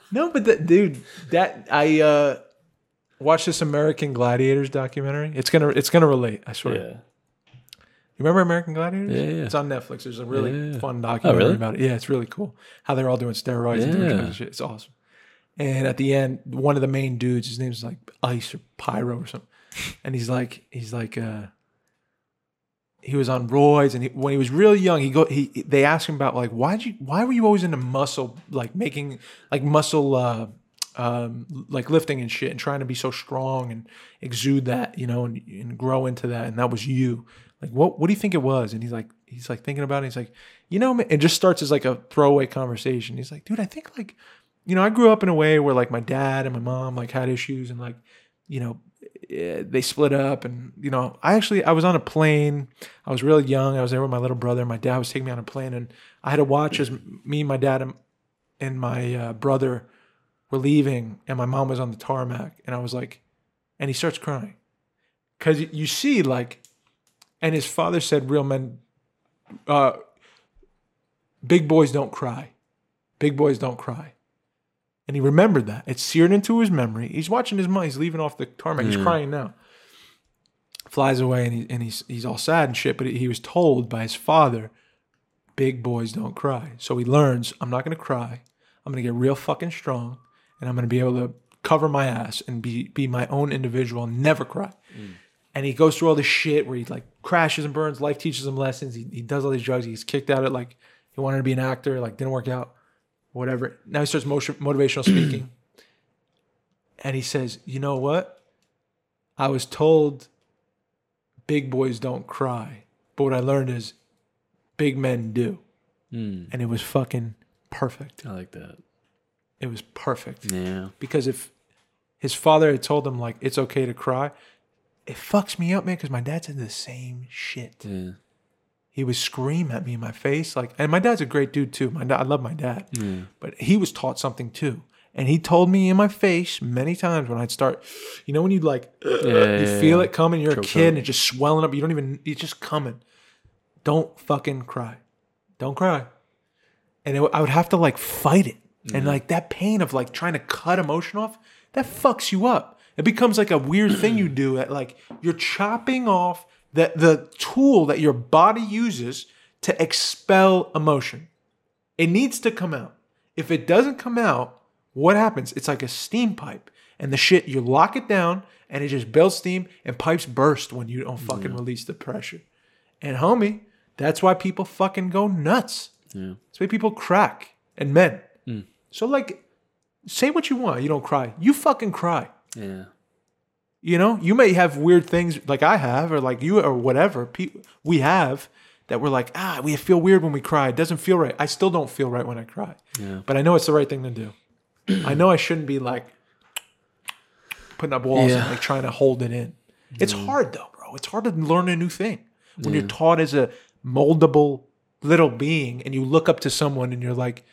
no, but that, dude, that I uh, watched this American Gladiators documentary. It's gonna, it's gonna relate. I swear. Yeah. You remember American Gladiators? Yeah, yeah. It's on Netflix. There's a really Yeah, yeah. fun documentary Oh, really? about it. Yeah, it's really cool. How they're all doing steroids and different Yeah. kinds of shit. It's awesome. And at the end, one of the main dudes, his name's like Ice or Pyro or something. And he's like, he's like, uh, he was on roids, and he, when he was really young, he go. He they asked him about like why would you why were you always into muscle like making like muscle uh, um, like lifting and shit and trying to be so strong and exude that, you know, and, and grow into that. And that was you. Like, what, what do you think it was? And he's like, he's like thinking about it. He's like, you know, man, it just starts as like a throwaway conversation. He's like, dude, I think like, you know, I grew up in a way where like my dad and my mom like had issues and like, you know, eh, they split up and you know i actually i was on a plane i was really young i was there with my little brother my dad was taking me on a plane and i had to watch as me my dad and, and my uh, brother were leaving and my mom was on the tarmac and I was like, and he starts crying. Cause y- you see, like, and his father said, real men, uh, big boys don't cry. Big boys don't cry. And he remembered that. It's seared into his memory. He's watching his mom. He's leaving off the tarmac. He's crying now. Flies away and, he, and he's, he's all sad and shit. But he was told by his father, big boys don't cry. So he learns, I'm not going to cry. I'm going to get real fucking strong and I'm going to be able to cover my ass and be, be my own individual and never cry. And he goes through all this shit where he like crashes and burns. Life teaches him lessons. He, he does all these drugs. He's kicked out at like, he wanted to be an actor, like didn't work out, whatever. Now he starts motion, motivational speaking. and he says, you know what? I was told big boys don't cry. But what I learned is big men do. Mm, And it was fucking perfect. I like that. It was perfect. Yeah. Because if his father had told him, like, it's okay to cry, it fucks me up, man, because my dad said the same shit. Yeah. He would scream at me in my face. Like, and my dad's a great dude, too. My dad, I love my dad. Yeah. But he was taught something, too. And he told me in my face many times when I'd start, you know, when you'd like, you yeah, feel yeah. it coming. You're Choke a kid up. and it's just swelling up. You don't even, it's just coming. Don't fucking cry. Don't cry. And it, I would have to like fight it. And like that pain of like trying to cut emotion off, that fucks you up. It becomes like a weird thing you do at like you're chopping off the, the tool that your body uses to expel emotion. It needs to come out. If it doesn't come out, what happens? It's like a steam pipe. And the shit, you lock it down and it just builds steam and pipes burst when you don't fucking release the pressure. And homie, that's why people fucking go nuts. Yeah. That's why people crack and men. So, like, say what you want. You don't cry. You fucking cry. Yeah. You know, you may have weird things like I have, or like you, or whatever. Pe- we have that we're like, ah, we feel weird when we cry. It doesn't feel right. I still don't feel right when I cry, Yeah. but I know it's the right thing to do. I know I shouldn't be like putting up walls Yeah. Mm. and like trying to hold it in. It's hard though, bro. It's hard to learn a new thing when you're taught as a moldable little being and you look up to someone and you're like,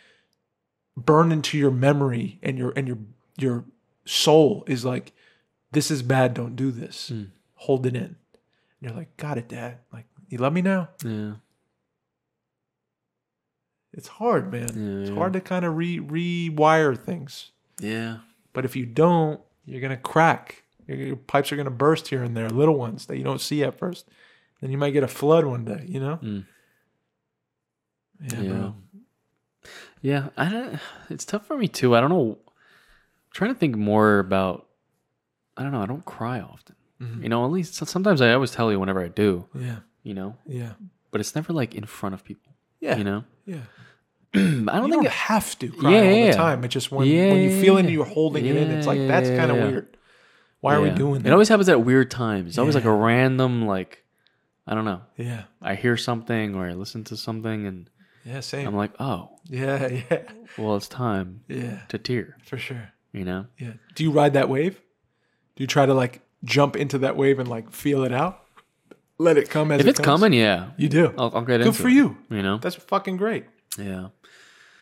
burned into your memory and your and your your soul is like, this is bad. Don't do this. Hmm. Hold it in. And you're like, got it, Dad. Like you love me now. Yeah. It's hard, man. Yeah, it's yeah. hard to kind of re rewire things. Yeah. But if you don't, you're gonna crack. Your, your pipes are gonna burst here and there, little ones that you don't see at first. Then you might get a flood one day. You know. Mm. Yeah, Yeah. bro. Yeah, I don't. It's tough for me too. I don't know. I'm trying to think more about. I don't know. I don't cry often. Mhm. You know, at least sometimes I always tell you whenever I do. Yeah, You know, yeah, but it's never like in front of people. yeah. You know, yeah. I don't I don't think. think you have to cry Yeah, all yeah. the time. It's just when Yeah, when you yeah, feel it, yeah. and you're holding it in. It's like Yeah, that's yeah, kind of yeah. weird. Why are we yeah. doing that? It always happens at weird times. It's always like Yeah. a random like. I don't know. yeah, I hear something or I listen to something and yeah, same. I'm like, oh, yeah, yeah, well, it's time yeah, to tear. for sure. You know. Yeah. Do you ride that wave? Do you try to like jump into that wave and like feel it out? Let it come as If it it's comes? coming, yeah, you do. I'll, I'll get Good into for it, you. You know. That's fucking great. Yeah.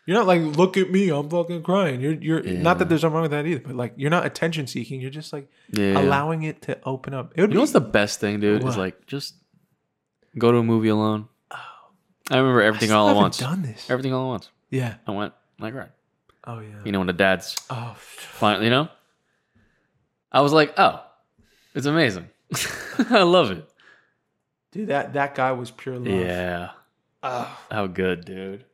You're not like, look at me, I'm fucking crying. You're you're not that Yeah. there's something wrong with that either, but like you're not attention seeking. You're just like Yeah. allowing it to open up. It would You be know what's the best thing, dude? Is What? like just go to a movie alone. I remember Oh. I everything still all at haven't once. Done this. Everything all at once. Yeah. I went like right. Oh yeah. You know when the dad's Oh, f- finally, you know. I was like, oh, it's amazing. I love it. dude, that that guy was pure love. Yeah. Oh, How good, dude.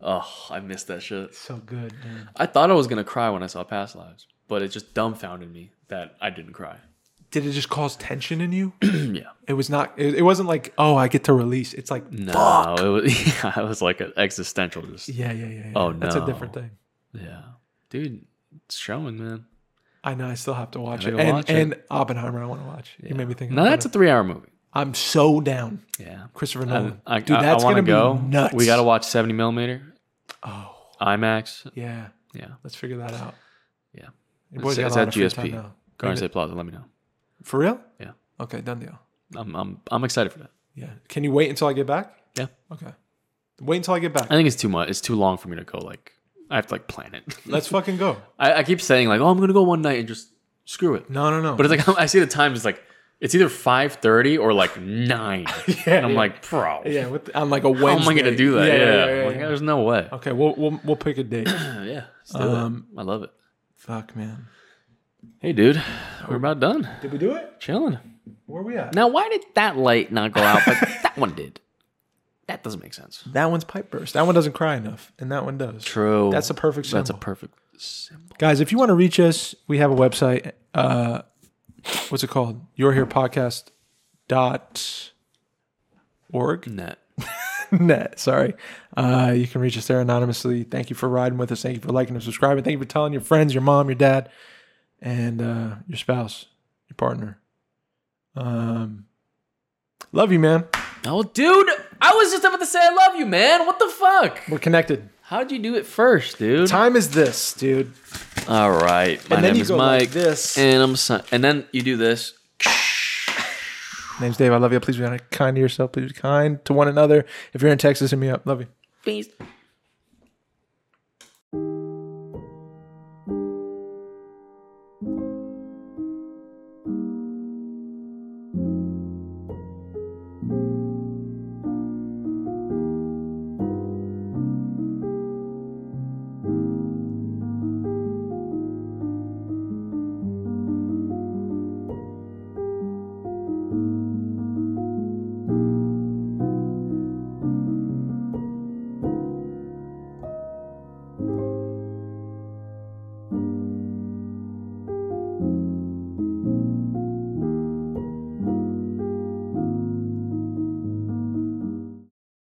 Oh, I missed that shit. so good, man. I thought I was gonna cry when I saw Past Lives, but it just dumbfounded me that I didn't cry. Did it just cause tension in you? yeah. It was not. It, it wasn't like, oh, I get to release. It's like, No, fuck. it was yeah, it was like an existential just Yeah, yeah, yeah. yeah. Oh, that's a no. different thing. Yeah, dude, it's showing, man. I know. I still have to watch Gotta it. go And, watch it. and Oppenheimer, I want to watch. You made me think. of No, that's a Oppenheimer. three-hour movie. I'm so down. Yeah, Christopher I, Nolan. I, Dude, I- I that's gonna wanna be go. nuts. We gotta watch seventy millimeter Oh, IMAX. yeah. Yeah, Let's figure that out. Yeah. Your boy's It's- got it's a lot at of free GSP. time now. Garden Maybe- State Plaza. Let me know. For real? Yeah. Okay, done deal. I'm I'm I'm excited for that. Yeah. Can you wait until I get back? Yeah. Okay. Wait until I get back. I think it's too much. It's too long for me to go. Like I have to like plan it. Let's fucking go. I, I keep saying like, oh, I'm gonna go one night and just screw it. No, no, no. But it's like I see the time. It's like it's either five thirty or like nine. Yeah, and I'm yeah. like, bro, yeah, with, on like a how Wednesday. am I gonna do that? Yeah, yeah, Like, yeah. there's no way. Okay, we'll we'll we'll pick a date. yeah, let's do it. Um, I love it. Fuck, man. Hey, dude, we're about done. Did we do it? Chilling. Where we at? Now, why did that light not go out, but that one did? That doesn't make sense. That one's pipe burst. That one doesn't cry enough, and that one does. True. That's a perfect symbol. That's a perfect symbol. Guys, if you want to reach us, we have a website. Uh, what's it called? You're here podcast dot org. Net. net. Sorry. Uh, you can reach us there anonymously. Thank you for riding with us. Thank you for liking and subscribing. Thank you for telling your friends, your mom, your dad, and uh, your spouse, your partner. Um, love you, man. Oh, dude, I was just about to say I love you, man. What the fuck? We're connected. How'd you do it first, dude? Time is this, dude. All right. My And then name you is go Mike. like this. And I'm si- and then you do this. Name's Dave. I love you. Please be kind to yourself. Please be kind to one another. If you're in Texas, hit me up. Love you. Peace.